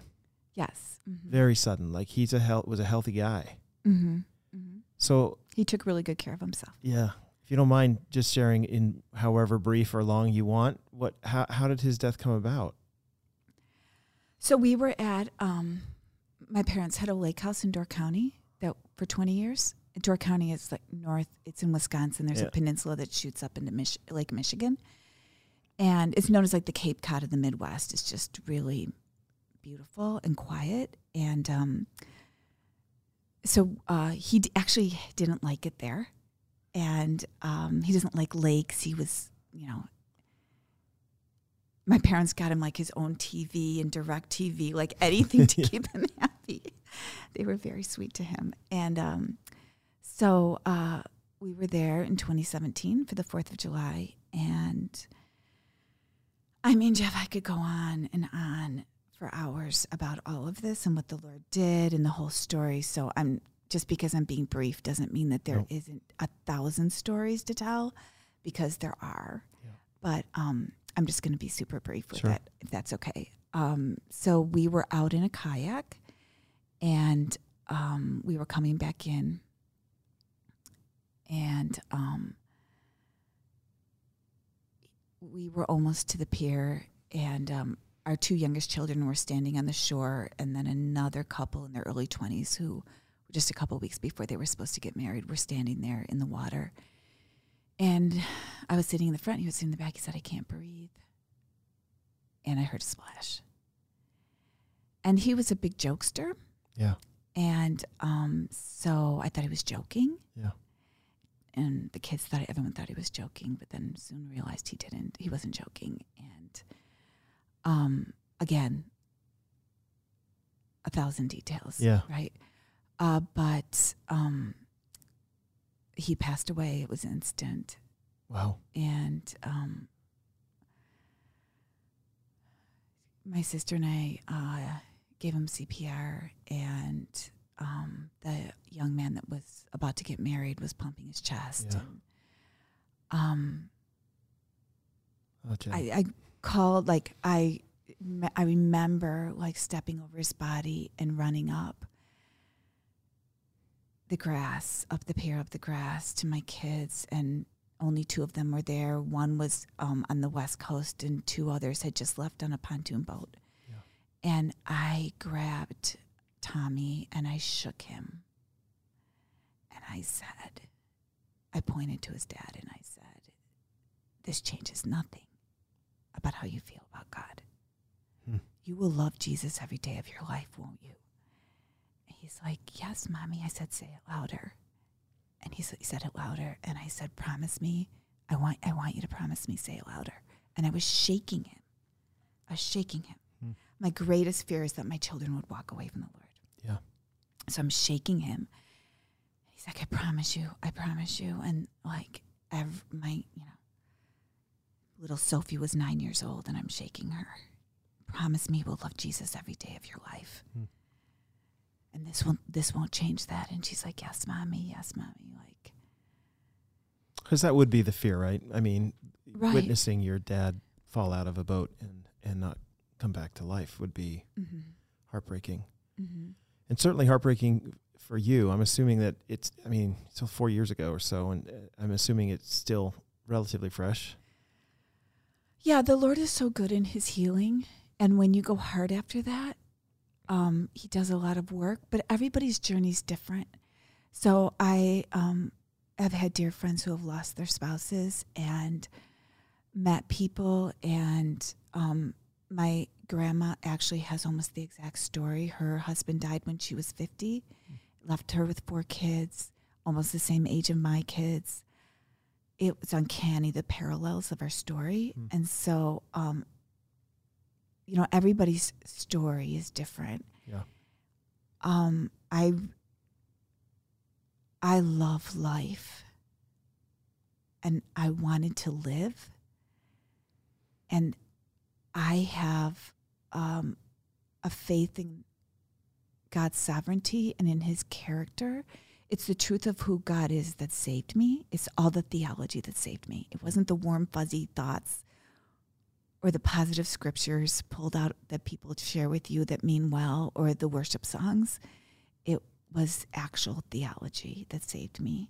C: Yes. hmm
B: very sudden. Like he's a hel- was a healthy guy,
C: hmm hmm
B: So
C: He took really good care of himself.
B: yeah, if you don't mind just sharing in however brief or long you want, what how how did his death come about?
C: So we were at um, my parents had a lake house in Door County that for 20 years. Door County is like north. It's in Wisconsin. There's
B: Yeah.
C: a peninsula that shoots up into Mich- Lake Michigan, and it's known as like the Cape Cod of the Midwest. It's just really beautiful and quiet. And um, so uh, he d- actually didn't like it there, and um, he doesn't like lakes. He was, you know, my parents got him like his own TV and direct TV, like anything to keep him happy. They were very sweet to him. And um, so uh, we were there in 2017 for the 4th of July. And I mean, Jeff, I could go on and on for hours about all of this and what the Lord did and the whole story. So I'm just because I'm being brief doesn't mean that there
B: Nope.
C: not a thousand stories to tell because there are but um, I'm just going to be super brief with
B: Sure.
C: it, if that's okay. Um, so we were out in a kayak, and um, we were coming back in, and um, we were almost to the pier, and um, our two youngest children were standing on the shore, and then another couple in their early 20s who just a couple weeks before they were supposed to get married were standing there in the water. And I was sitting in the front, he was sitting in the back. He said, I can't breathe. And I heard a splash. And he was a big jokester.
B: Yeah.
C: And um, so I thought he was joking.
B: Yeah.
C: And the kids thought, everyone thought he was joking, but then soon realized he didn't. He wasn't joking. And um, again, a thousand details.
B: Yeah.
C: Right. Uh, but um, he passed away. It was instant
B: Wow.
C: and um, my sister and I uh, gave him CPR, and um, the young man that was about to get married was pumping his chest.
B: Yeah.
C: And, um,
B: Oh, Jen.
C: I, I called like I me- I remember like stepping over his body and running up the grass up the pier up the grass to my kids and only two of them were there one was um, on the west coast and two others had just left on a pontoon boat
B: Yeah.
C: and i grabbed tommy and i shook him and i said i pointed to his dad and i said this changes nothing about how you feel about God.
B: Hmm.
C: You will love Jesus every day of your life, won't you? And he's like, Yes, mommy. I said, Say it louder. And he, s- he said it louder. And I said, Promise me. I want, I want you to promise me, say it louder. And I was shaking him. I was shaking him.
B: Hmm.
C: My greatest fear is that my children would walk away from the Lord.
B: yeah.
C: So I'm shaking him. He's like, I promise you, I promise you. And like, ev- my, you know, little Sophie was nine years old and I'm shaking her. Promise me we'll love Jesus every day of your life.
B: Hmm.
C: And this won't, this won't change that. And she's like, yes, mommy, yes, mommy. Like,
B: Because that would be the fear, right? I mean,
C: Right.
B: witnessing your dad fall out of a boat and and not come back to life would be
C: "Mm-hmm,
B: heartbreaking, and certainly heartbreaking for you. I'm assuming that it's. I mean, still four years ago or so, and uh, I'm assuming it's still relatively fresh.
C: Yeah, the Lord is so good in his healing. And when you go hard after that, um, he does a lot of work, but everybody's journey's different. So I um, have had dear friends who have lost their spouses and met people. And um, my grandma actually has almost the exact story. Her husband died when she was 50, left her with four kids, almost the same age of my kids it was uncanny the parallels of our story
B: Hmm.
C: and so um you know everybody's story is different
B: Yeah.
C: um i i love life and i wanted to live and i have um a faith in god's sovereignty and in his character it's the truth of who God is that saved me. It's all the theology that saved me. It wasn't the warm, fuzzy thoughts or the positive scriptures pulled out that people share with you that mean well or the worship songs. It was actual theology that saved me.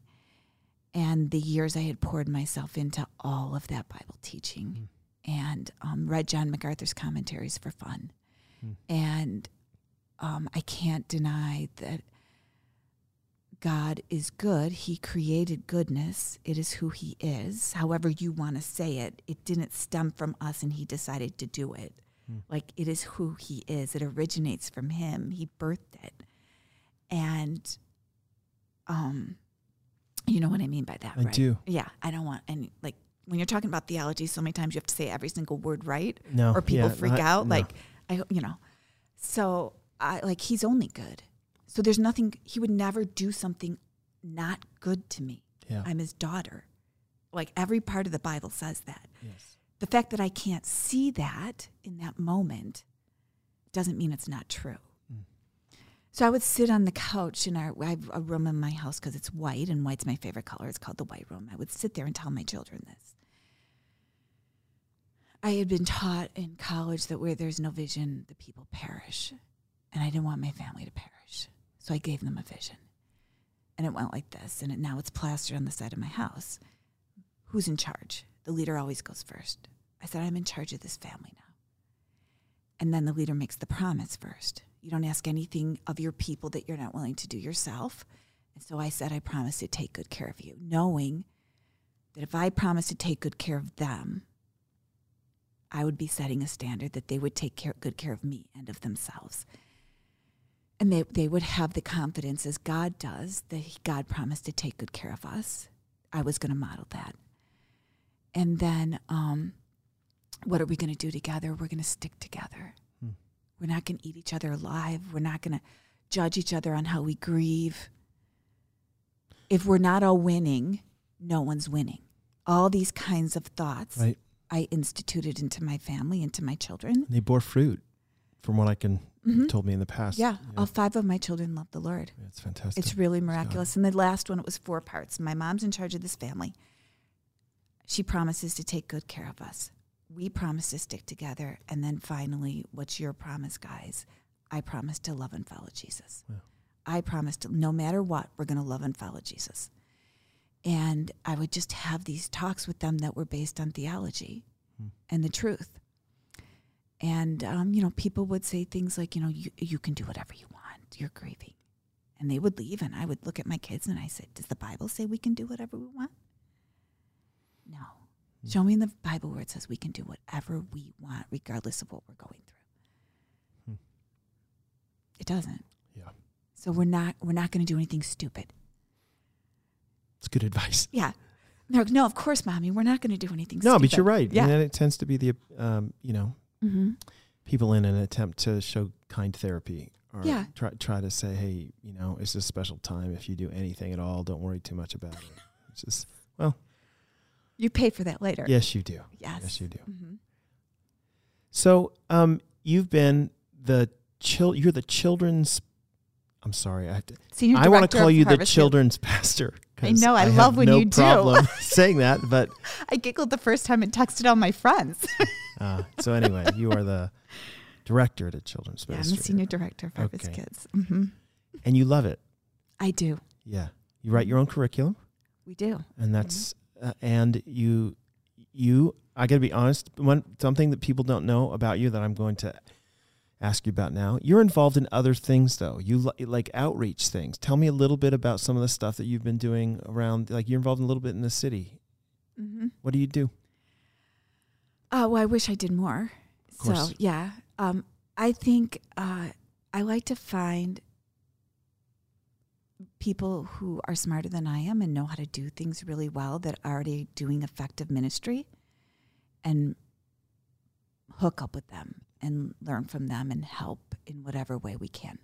C: And the years I had poured myself into all of that Bible teaching and um, read John MacArthur's commentaries for fun.
B: Hmm.
C: And um, I can't deny that God is good. He created goodness. It is who He is. However, you want to say it, it didn't stem from us and He decided to do it.
B: Hmm.
C: Like it is who He is, it originates from Him. He birthed it. And, um, you know what I mean by that,
B: I
C: right?
B: do.
C: Yeah, I don't want any, like, when you're talking about theology, so many times you have to say every single word right,
B: No,
C: or people
B: yeah,
C: freak
B: I-
C: out.
B: no.
C: Like, I, ho- you know, so I like he's only good. So there's nothing he would never do something not good to me.
B: Yeah.
C: I'm his daughter. Like every part of the Bible says that.
B: Yes.
C: The fact that I can't see that in that moment doesn't mean it's not true. So I would sit on the couch in our I have a room in my house because it's white and white's my favorite color. It's called the white room. I would sit there and tell my children this. I had been taught in college that where there's no vision, the people perish. And I didn't want my family to perish. So I gave them a vision. And it went like this. And it, now it's plastered on the side of my house. Who's in charge? The leader always goes first. I said, I'm in charge of this family now. And then the leader makes the promise first. You don't ask anything of your people that you're not willing to do yourself. And so I said, I promise to take good care of you, knowing that if I promised to take good care of them, I would be setting a standard that they would take care, good care of me and of themselves. And they, they would have the confidence, as God does, that he- God promised to take good care of us. I was going to model that. And then, um, what are we going to do together? We're going to stick together. We're not going to eat each other alive. We're not going to judge each other on how we grieve. If we're not all winning, no one's winning. All these kinds of thoughts
B: Right.
C: I instituted into my family, into my children.
B: They bore fruit, from what I can you told me in the past.
C: Mm-hmm. Yeah, all five of my children love the Lord.
B: It's fantastic.
C: It's really miraculous. And the last one, it was four parts. My mom's in charge of this family. She promises to take good care of us. We promise to stick together. And then finally, what's your promise, guys? I promise to love and follow Jesus. I promise to, no matter what, we're going to love and follow Jesus. And I would just have these talks with them that were based on theology and the truth. And, um, you know, people would say things like, you know, you, you can do whatever you want. You're grieving. And they would leave, and I would look at my kids and I said, Does the Bible say we can do whatever we want? No.
B: Hmm.
C: Show me in the Bible where it says we can do whatever we want, regardless of what we're going through. It doesn't.
B: Hmm. yeah.
C: So we're not we're not going to do anything stupid.
B: It's good advice.
C: Yeah. They're like, no, of course, mommy, we're not going to do anything.
B: No,
C: stupid.
B: but you're right.
C: Yeah.
B: And then it tends to be the um, you know,
C: hmm
B: people in an attempt to show kind therapy or
C: Yeah.
B: try try to say, hey, you know, it's a special time. If you do anything at all, don't worry too much about it. It's just well,
C: You pay for that later.
B: yes, you do.
C: Yes.
B: Yes, you do.
C: Mhm.
B: So, um, you've been the chil- You're the children's. I'm sorry. I have to.
C: Senior
B: I want to
C: director
B: call
C: of
B: you the
C: Harvest Field.
B: children's pastor. 'cause
C: know, I
B: have
C: love when
B: no
C: you do.
B: problem saying that, but
C: I giggled the first time and texted all my friends.
B: uh, so anyway, you are the director at a children's
C: yeah, I'm
B: ministry,
C: the senior director of Harvest
B: Okay.
C: Kids. hmm
B: and you love it.
C: I do.
B: Yeah, you write your own curriculum,
C: We do.
B: and that's
C: Mm-hmm.
B: uh, and you you. I got to be honest. One something that people don't know about you that I'm going to ask you about now. You're involved in other things though. You li- like outreach things. Tell me a little bit about some of the stuff that you've been doing around. Like you're involved a little bit in the city.
C: Mm-hmm.
B: What do you do?
C: Uh, well, I wish I did more. So
B: course.
C: yeah, um, I think uh, I like to find people who are smarter than I am and know how to do things really well that are already doing effective ministry, and hook up with them and learn from them and help in whatever way we can.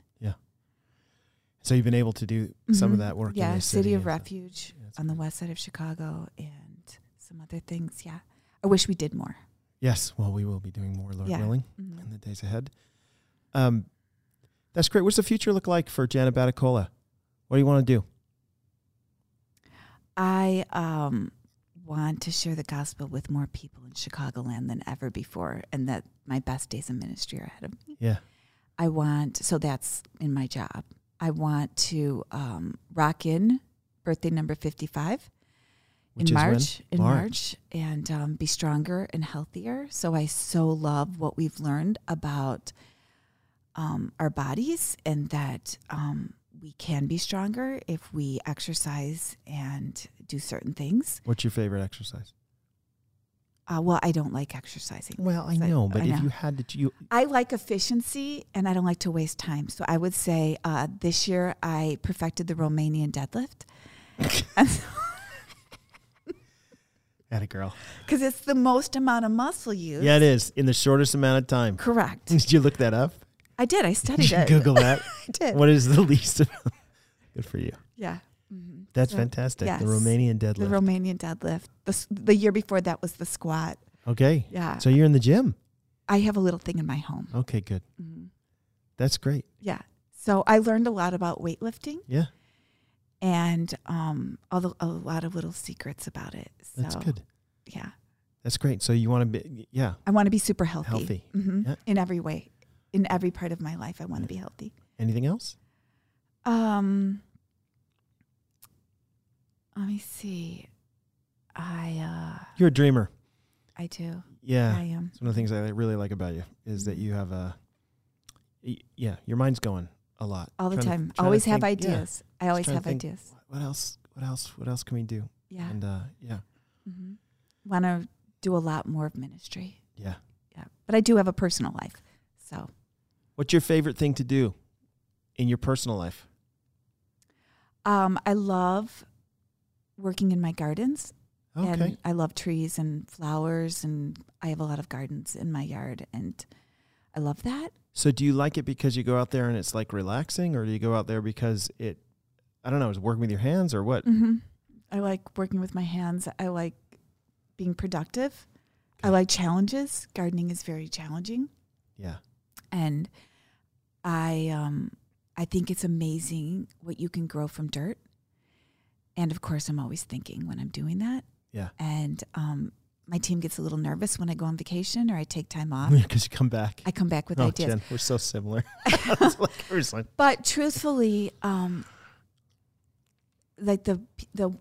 B: So you've been able to do some of
C: Mhm.
B: that work.
C: Yeah,
B: in the
C: City,
B: city
C: of
B: and-
C: Refuge
B: Yeah, that's
C: on the west side of Chicago and some other things. Yeah, I wish we did more.
B: Yes. Well, we will be doing more, Lord
C: Yeah.
B: willing.
C: Mhm.
B: in the days ahead. Um, that's great. What's the future look like for Janet Baticola? What do you want to do?
C: I um, want to share the gospel with more people in Chicagoland than ever before, and that my best days in ministry are ahead of me.
B: Yeah.
C: I want, so that's in my job. I want to um, rock in birthday number 55
B: Which
C: in
B: is when?
C: March. In
B: March.
C: March, and um, be stronger and healthier. So I so love what we've learned about um, our bodies and that um, we can be stronger if we exercise and do certain things.
B: What's your favorite exercise?
C: Uh, well, I don't like exercising.
B: Well, I
C: So I-
B: know, but
C: I
B: if
C: know.
B: you had to, ch- you
C: I like efficiency and I don't like to waste time. So I would say uh, this year I perfected the Romanian deadlift
B: had a girl.
C: because it's the most amount of muscle used.
B: Yeah, it is in the shortest amount of time.
C: Correct.
B: Did you look that up?
C: I did. I
B: Did
C: studied
B: you
C: it.
B: Google that?
C: I did.
B: what is the least? amount? Good for you.
C: Yeah. hmm
B: That's
C: Yeah.
B: fantastic.
C: Yes.
B: Uh, The Romanian
C: The
B: deadlift.
C: Romanian deadlift. The, s- the year before that was the squat.
B: okay.
C: Yeah.
B: So you're in the gym.
C: I have a little thing in my home.
B: Okay, good.
C: hmm
B: That's great.
C: Yeah. So I learned a lot about weightlifting
B: Yeah,
C: and um, all the, a lot of little secrets about it. So,
B: that's good.
C: Yeah.
B: That's great. So you want to be, yeah,
C: I want to be super healthy.
B: Healthy.
C: hmm
B: Yeah.
C: In every way, in every part of my life, I want to be healthy.
B: anything else?
C: Um, let me see. I uh,
B: You're a dreamer.
C: I do.
B: Yeah.
C: I am.
B: It's one of the things I really like about you is that you have a, y- yeah, your mind's going a lot
C: All the
B: Trying to-
C: time.
B: trying to
C: always have
B: think- yeah.
C: ideas. I always
B: trying to
C: have
B: think.
C: ideas.
B: What else? What else? What else can we do?
C: Yeah.
B: And uh, yeah,
C: hmm Want to do a lot more of ministry.
B: yeah.
C: Yeah. But I do have a personal life. So
B: What's your favorite thing to do in your personal life?
C: um, I love working in my gardens.
B: Okay.
C: And I love trees and flowers, and I have a lot of gardens in my yard, and I love that.
B: so do you like it because you go out there and it's like relaxing, or do you go out there because it, I don't know, is working with your hands or what?
C: hmm I like working with my hands. I like being productive. I
B: Okay.
C: like challenges. Gardening is very challenging,
B: Yeah.
C: and I um, I think it's amazing what you can grow from dirt. And of course, I'm always thinking when I'm doing that.
B: Yeah.
C: And um, my team gets a little nervous when I go on vacation or I take time off.
B: Because you come back.
C: Uh, I come back with
B: oh,
C: ideas.
B: Jen, we're so similar. It's like, we're just like,
C: But truthfully, um, like the the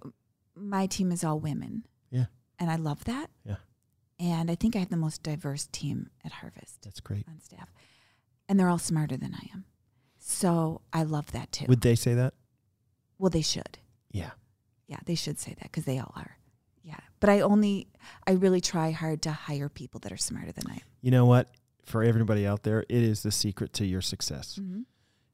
C: my team is all women.
B: Yeah.
C: and I love that.
B: Yeah.
C: and I think I have the most diverse team at Harvest
B: That's great.
C: on staff, and they're all smarter than I am. So I love that too.
B: Would they say that?
C: well, they should.
B: Yeah.
C: Yeah, they should say that because they all are. Yeah, but I only I really try hard to hire people that are smarter than I am.
B: You know what? For everybody out there, it is the secret to your success.
C: Mm-hmm.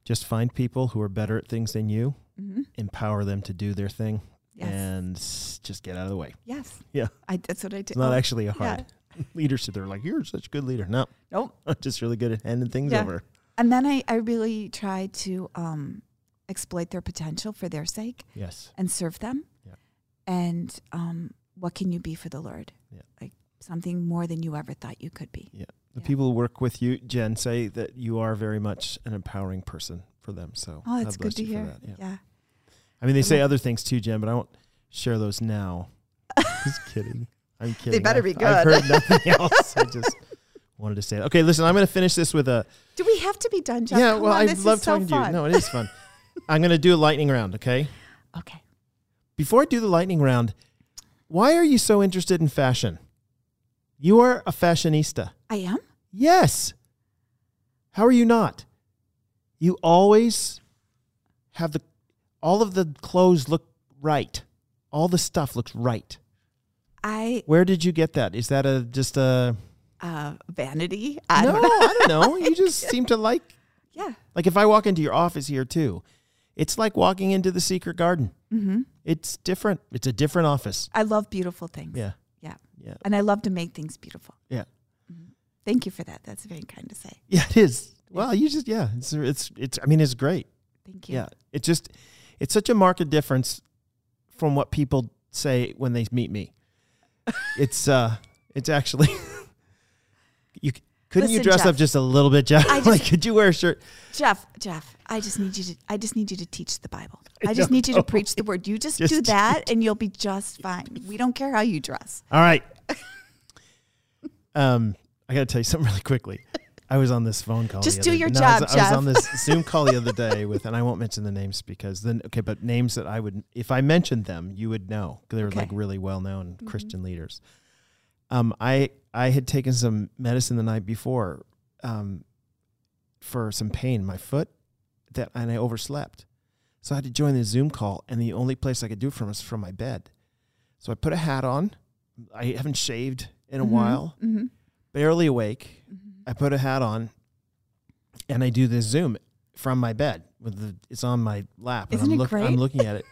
B: Just find people who are better at things than you,
C: Mm-hmm.
B: empower them to do their thing,
C: Yes.
B: and s- just get out of the way.
C: yes.
B: Yeah.
C: I, that's what I did.
B: It's not
C: Oh,
B: actually a hard leadership. They're like, you're such a good leader. No,
C: Nope.
B: I'm just really good at handing things
C: Yeah.
B: over.
C: And then I, I really try to um, exploit their potential for their sake
B: Yes.
C: and serve them.
B: Yeah.
C: And um, what can you be for the Lord?
B: Yeah.
C: Like something more than you ever thought you could be.
B: The
C: Yeah.
B: people who work with you, Jen, say that you are very much an empowering person for them. So
C: Oh,
B: God
C: that's
B: bless
C: good to
B: you for
C: hear.
B: that. Yeah.
C: yeah.
B: I mean, they say
C: love-
B: other things too, Jen, but I won't share those now. Just kidding. I'm kidding.
C: better
B: I've-
C: be
B: I've
C: good.
B: heard nothing else. I just wanted to say it. Okay, listen, I'm going to finish this with a.
C: Do we have to be done, Jeff?
B: yeah,
C: Come
B: well,
C: on,
B: I
C: this
B: love
C: is so
B: talking to
C: fun.
B: you. No, it is fun. I'm going to do a lightning round, okay?
C: Okay.
B: Before I do the lightning round, why are you so interested in fashion? You are a fashionista.
C: I am?
B: Yes. How are you not? You always have the all of the clothes look right. All the stuff looks right.
C: I,
B: Where did you get that? Is that a just a
C: uh, vanity. I
B: no?
C: don't know.
B: I don't know. You just seem to like
C: Yeah.
B: like if I walk into your office here too, it's like walking into the secret garden.
C: Mm-hmm.
B: It's different. It's a different office.
C: I love beautiful things.
B: Yeah.
C: Yeah.
B: Yeah.
C: And I love to make things beautiful. Mm-hmm.
B: Yeah.
C: Thank you for that. That's very kind to say.
B: Yeah. It is. Well, you just yeah. It's it's it's. I mean, it's great.
C: Thank you.
B: Yeah. It just it's such a marked difference from what people say when they meet me. it's uh it's actually you c- couldn't you
C: Listen,
B: dress up
C: Jeff.
B: just a little bit, Jeff?
C: I
B: like
C: just-
B: could you wear a shirt?
C: Jeff, Jeff, I just need you to I just need you to teach the Bible.
B: I
C: I, just
B: don't
C: need you to
B: know.
C: preach the word. You just,
B: Just
C: do that and you'll be just fine. We don't care how you dress.
B: All right. um I got to tell you something really quickly. I was on this phone call.
C: Just
B: the
C: do
B: other-
C: your
B: no, I was,
C: job,
B: I was
C: Jeff.
B: on this Zoom call the other day with, and I won't mention the names because then, okay, but names that I would, if I mentioned them, you would know. 'cause They were like
C: Okay. Mm-hmm.
B: really well known Christian leaders. Um, I I had taken some medicine the night before, um, for some pain in my foot, that and I overslept, so I had to join the Zoom call, and the only place I could do it from was from my bed. So I put a hat on. I haven't shaved in a while
C: hmm
B: barely awake.
C: Mm-hmm.
B: I put a hat on, and I do this Zoom from my bed with the it's on my lap, and
C: Isn't
B: I'm
C: it
B: looking I'm
C: great?
B: looking at it,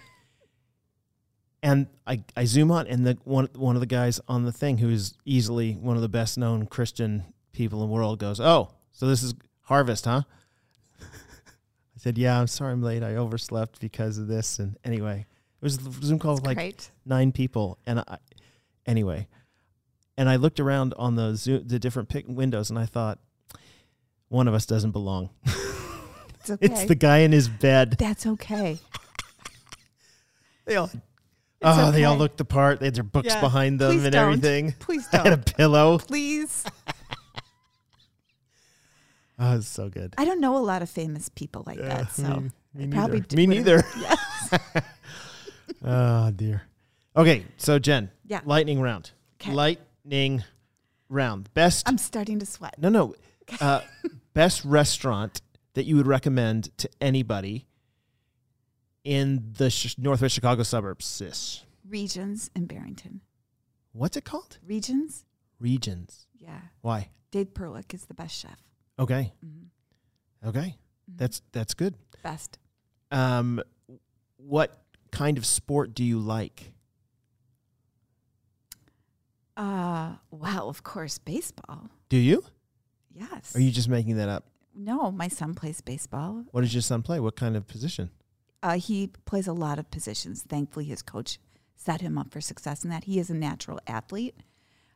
B: and I I zoom on, and the one one of the guys on the thing who is easily one of the best known Christian people in the world goes, oh, so this is harvest, huh? I said, yeah, I'm sorry I'm late. I overslept because of this, and anyway, it was a Zoom call with Oh, like
C: Great.
B: nine people and i anyway and i looked around on the zoo, the different pic- windows and i thought one of us doesn't belong
C: It's okay.
B: it's the guy in his bed
C: That's okay.
B: they all oh they all
C: okay.
B: looked the part they had their books
C: Yeah.
B: behind them
C: Please
B: and
C: don't.
B: everything
C: Please
B: I had a
C: don't.
B: pillow
C: Please.
B: oh it's so good Uh,
C: I don't know a lot of famous people like that, so
B: me, me
C: I probably
B: neither. me
C: d- would've-
B: neither
C: Yes.
B: oh dear okay so jen
C: Yeah.
B: lightning round
C: 'Kay.
B: lightning round best
C: I'm starting to sweat.
B: No, no. Uh, best restaurant that you would recommend to anybody in the sh- Northwest Chicago suburbs. Sis.
C: Regions in Barrington.
B: What's it called?
C: Regions?
B: Regions.
C: Yeah.
B: Why?
C: Dave Perlick is the best chef.
B: Okay.
C: Mhm.
B: Okay.
C: Mm-hmm.
B: That's that's good.
C: Best.
B: Um, what kind of sport do you like?
C: Uh, wow, of course, baseball.
B: Do you?
C: Yes.
B: Or are you just making that up?
C: no, my son plays baseball.
B: What does your son play? What kind of position?
C: Uh, he plays a lot of positions. Thankfully, his coach set him up for success in that. He is a natural athlete.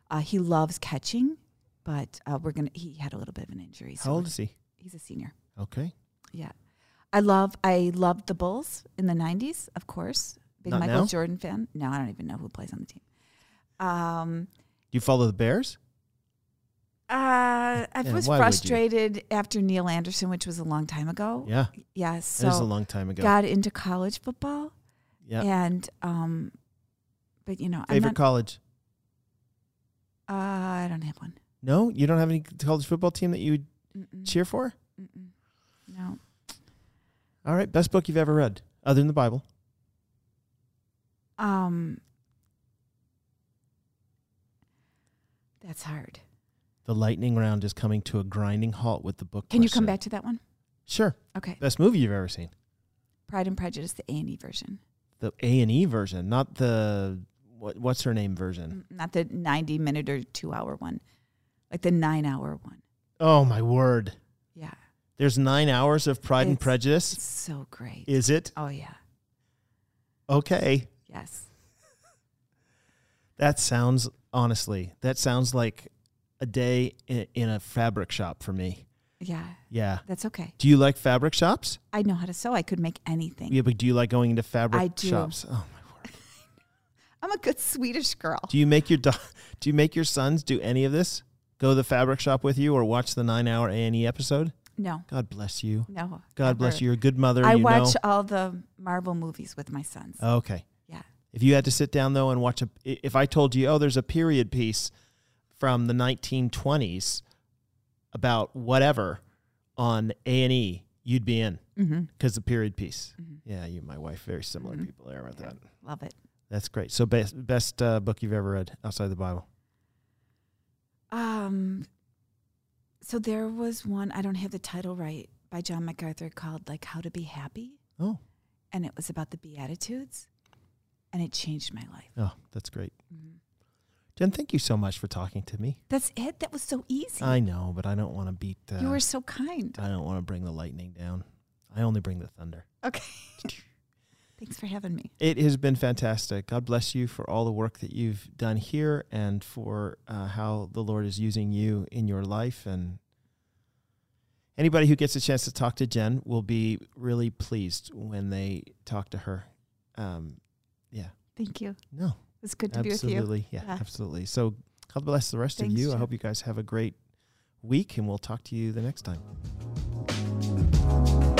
C: Uh, he loves catching, but uh, we're gonna. He had a little bit of an injury.
B: How old is he?
C: He's a senior.
B: Okay.
C: Yeah, I love. I loved the Bulls in the '90s, of course. Big
B: Not
C: Michael
B: now?
C: Jordan fan. No, I don't even know who plays on the team. Um,
B: Do you follow the Bears?
C: uh, I
B: Yeah,
C: was
B: why would you?
C: frustrated after Neil Anderson, which was a long time ago.
B: Yeah.
C: Yeah,
B: that was a
C: so
B: long time ago.
C: got into college football.
B: yeah.
C: And um, but you know, I'm
B: Favorite
C: not.
B: college?
C: uh, I don't have one.
B: No, you don't have any college football team that you would
C: Mm-mm,
B: cheer for?
C: mm-mm. No,
B: All right, best book you've ever read, other than the Bible.
C: um, that's hard.
B: The lightning round is coming to a grinding halt with the book.
C: Can you
B: question.
C: come back to that one?
B: Sure.
C: Okay,
B: Best movie you've ever seen,
C: Pride and Prejudice, the A and E version,
B: the A and E version, not the what, what's her name version.
C: Mm, not the ninety-minute or two-hour one, like the nine-hour one.
B: Oh my word!
C: Yeah,
B: There's nine hours of Pride and
C: It's-
B: Prejudice.
C: it's so great.
B: Is it
C: oh yeah,
B: okay?
C: yes.
B: That sounds honestly, that sounds like a day in, in a fabric shop for me.
C: Yeah,
B: Yeah.
C: that's okay.
B: Do you like fabric shops?
C: I know how to sew. I could make anything.
B: Yeah, but do you like going into fabric
C: I do.
B: shops? Oh my word!
C: I'm a good Swedish girl.
B: Do you make your do, do you make your sons do any of this? Go to the fabric shop with you, or watch the nine-hour A and E episode?
C: No,
B: God bless you.
C: no.
B: God bless
C: never.
B: you. You're a good mother.
C: I
B: you Uh,
C: watch all the Marvel movies with my sons.
B: Know. Okay.
C: Yeah.
B: If you had to sit down though and watch a, i- if I told you, oh, there's a period piece from the 1920s about whatever on A and E, you'd be in
C: Mm-hmm.
B: because the period piece. Yeah, you and my wife, very similar people there with that.
C: Love it.
B: That's great. So best best uh, book you've ever read outside the Bible.
C: Um, so there was one I don't have the title right by John MacArthur called like How to Be Happy,
B: Oh,
C: and it was about the Beatitudes, and it changed my life. Mm-hmm.
B: oh, that's great. Jen, thank you so much for talking to me.
C: That's it. That was so easy.
B: I know, but I don't want to beat. Uh,
C: you were so kind.
B: I don't want to bring the lightning down. I only bring the thunder.
C: Okay. Thanks for having me.
B: It has been fantastic. God bless you for all the work that you've done here and for uh, how the Lord is using you in your life. And anybody who gets a chance to talk to Jen will be really pleased when they talk to her. Um, yeah.
C: Thank you. It
B: No.
C: was good to be with you.
B: absolutely. Yeah,
C: Yeah.
B: absolutely. So God bless the rest
C: Thanks,
B: of you. I
C: Jeff.
B: hope you guys have a great week, and we'll talk to you the next time.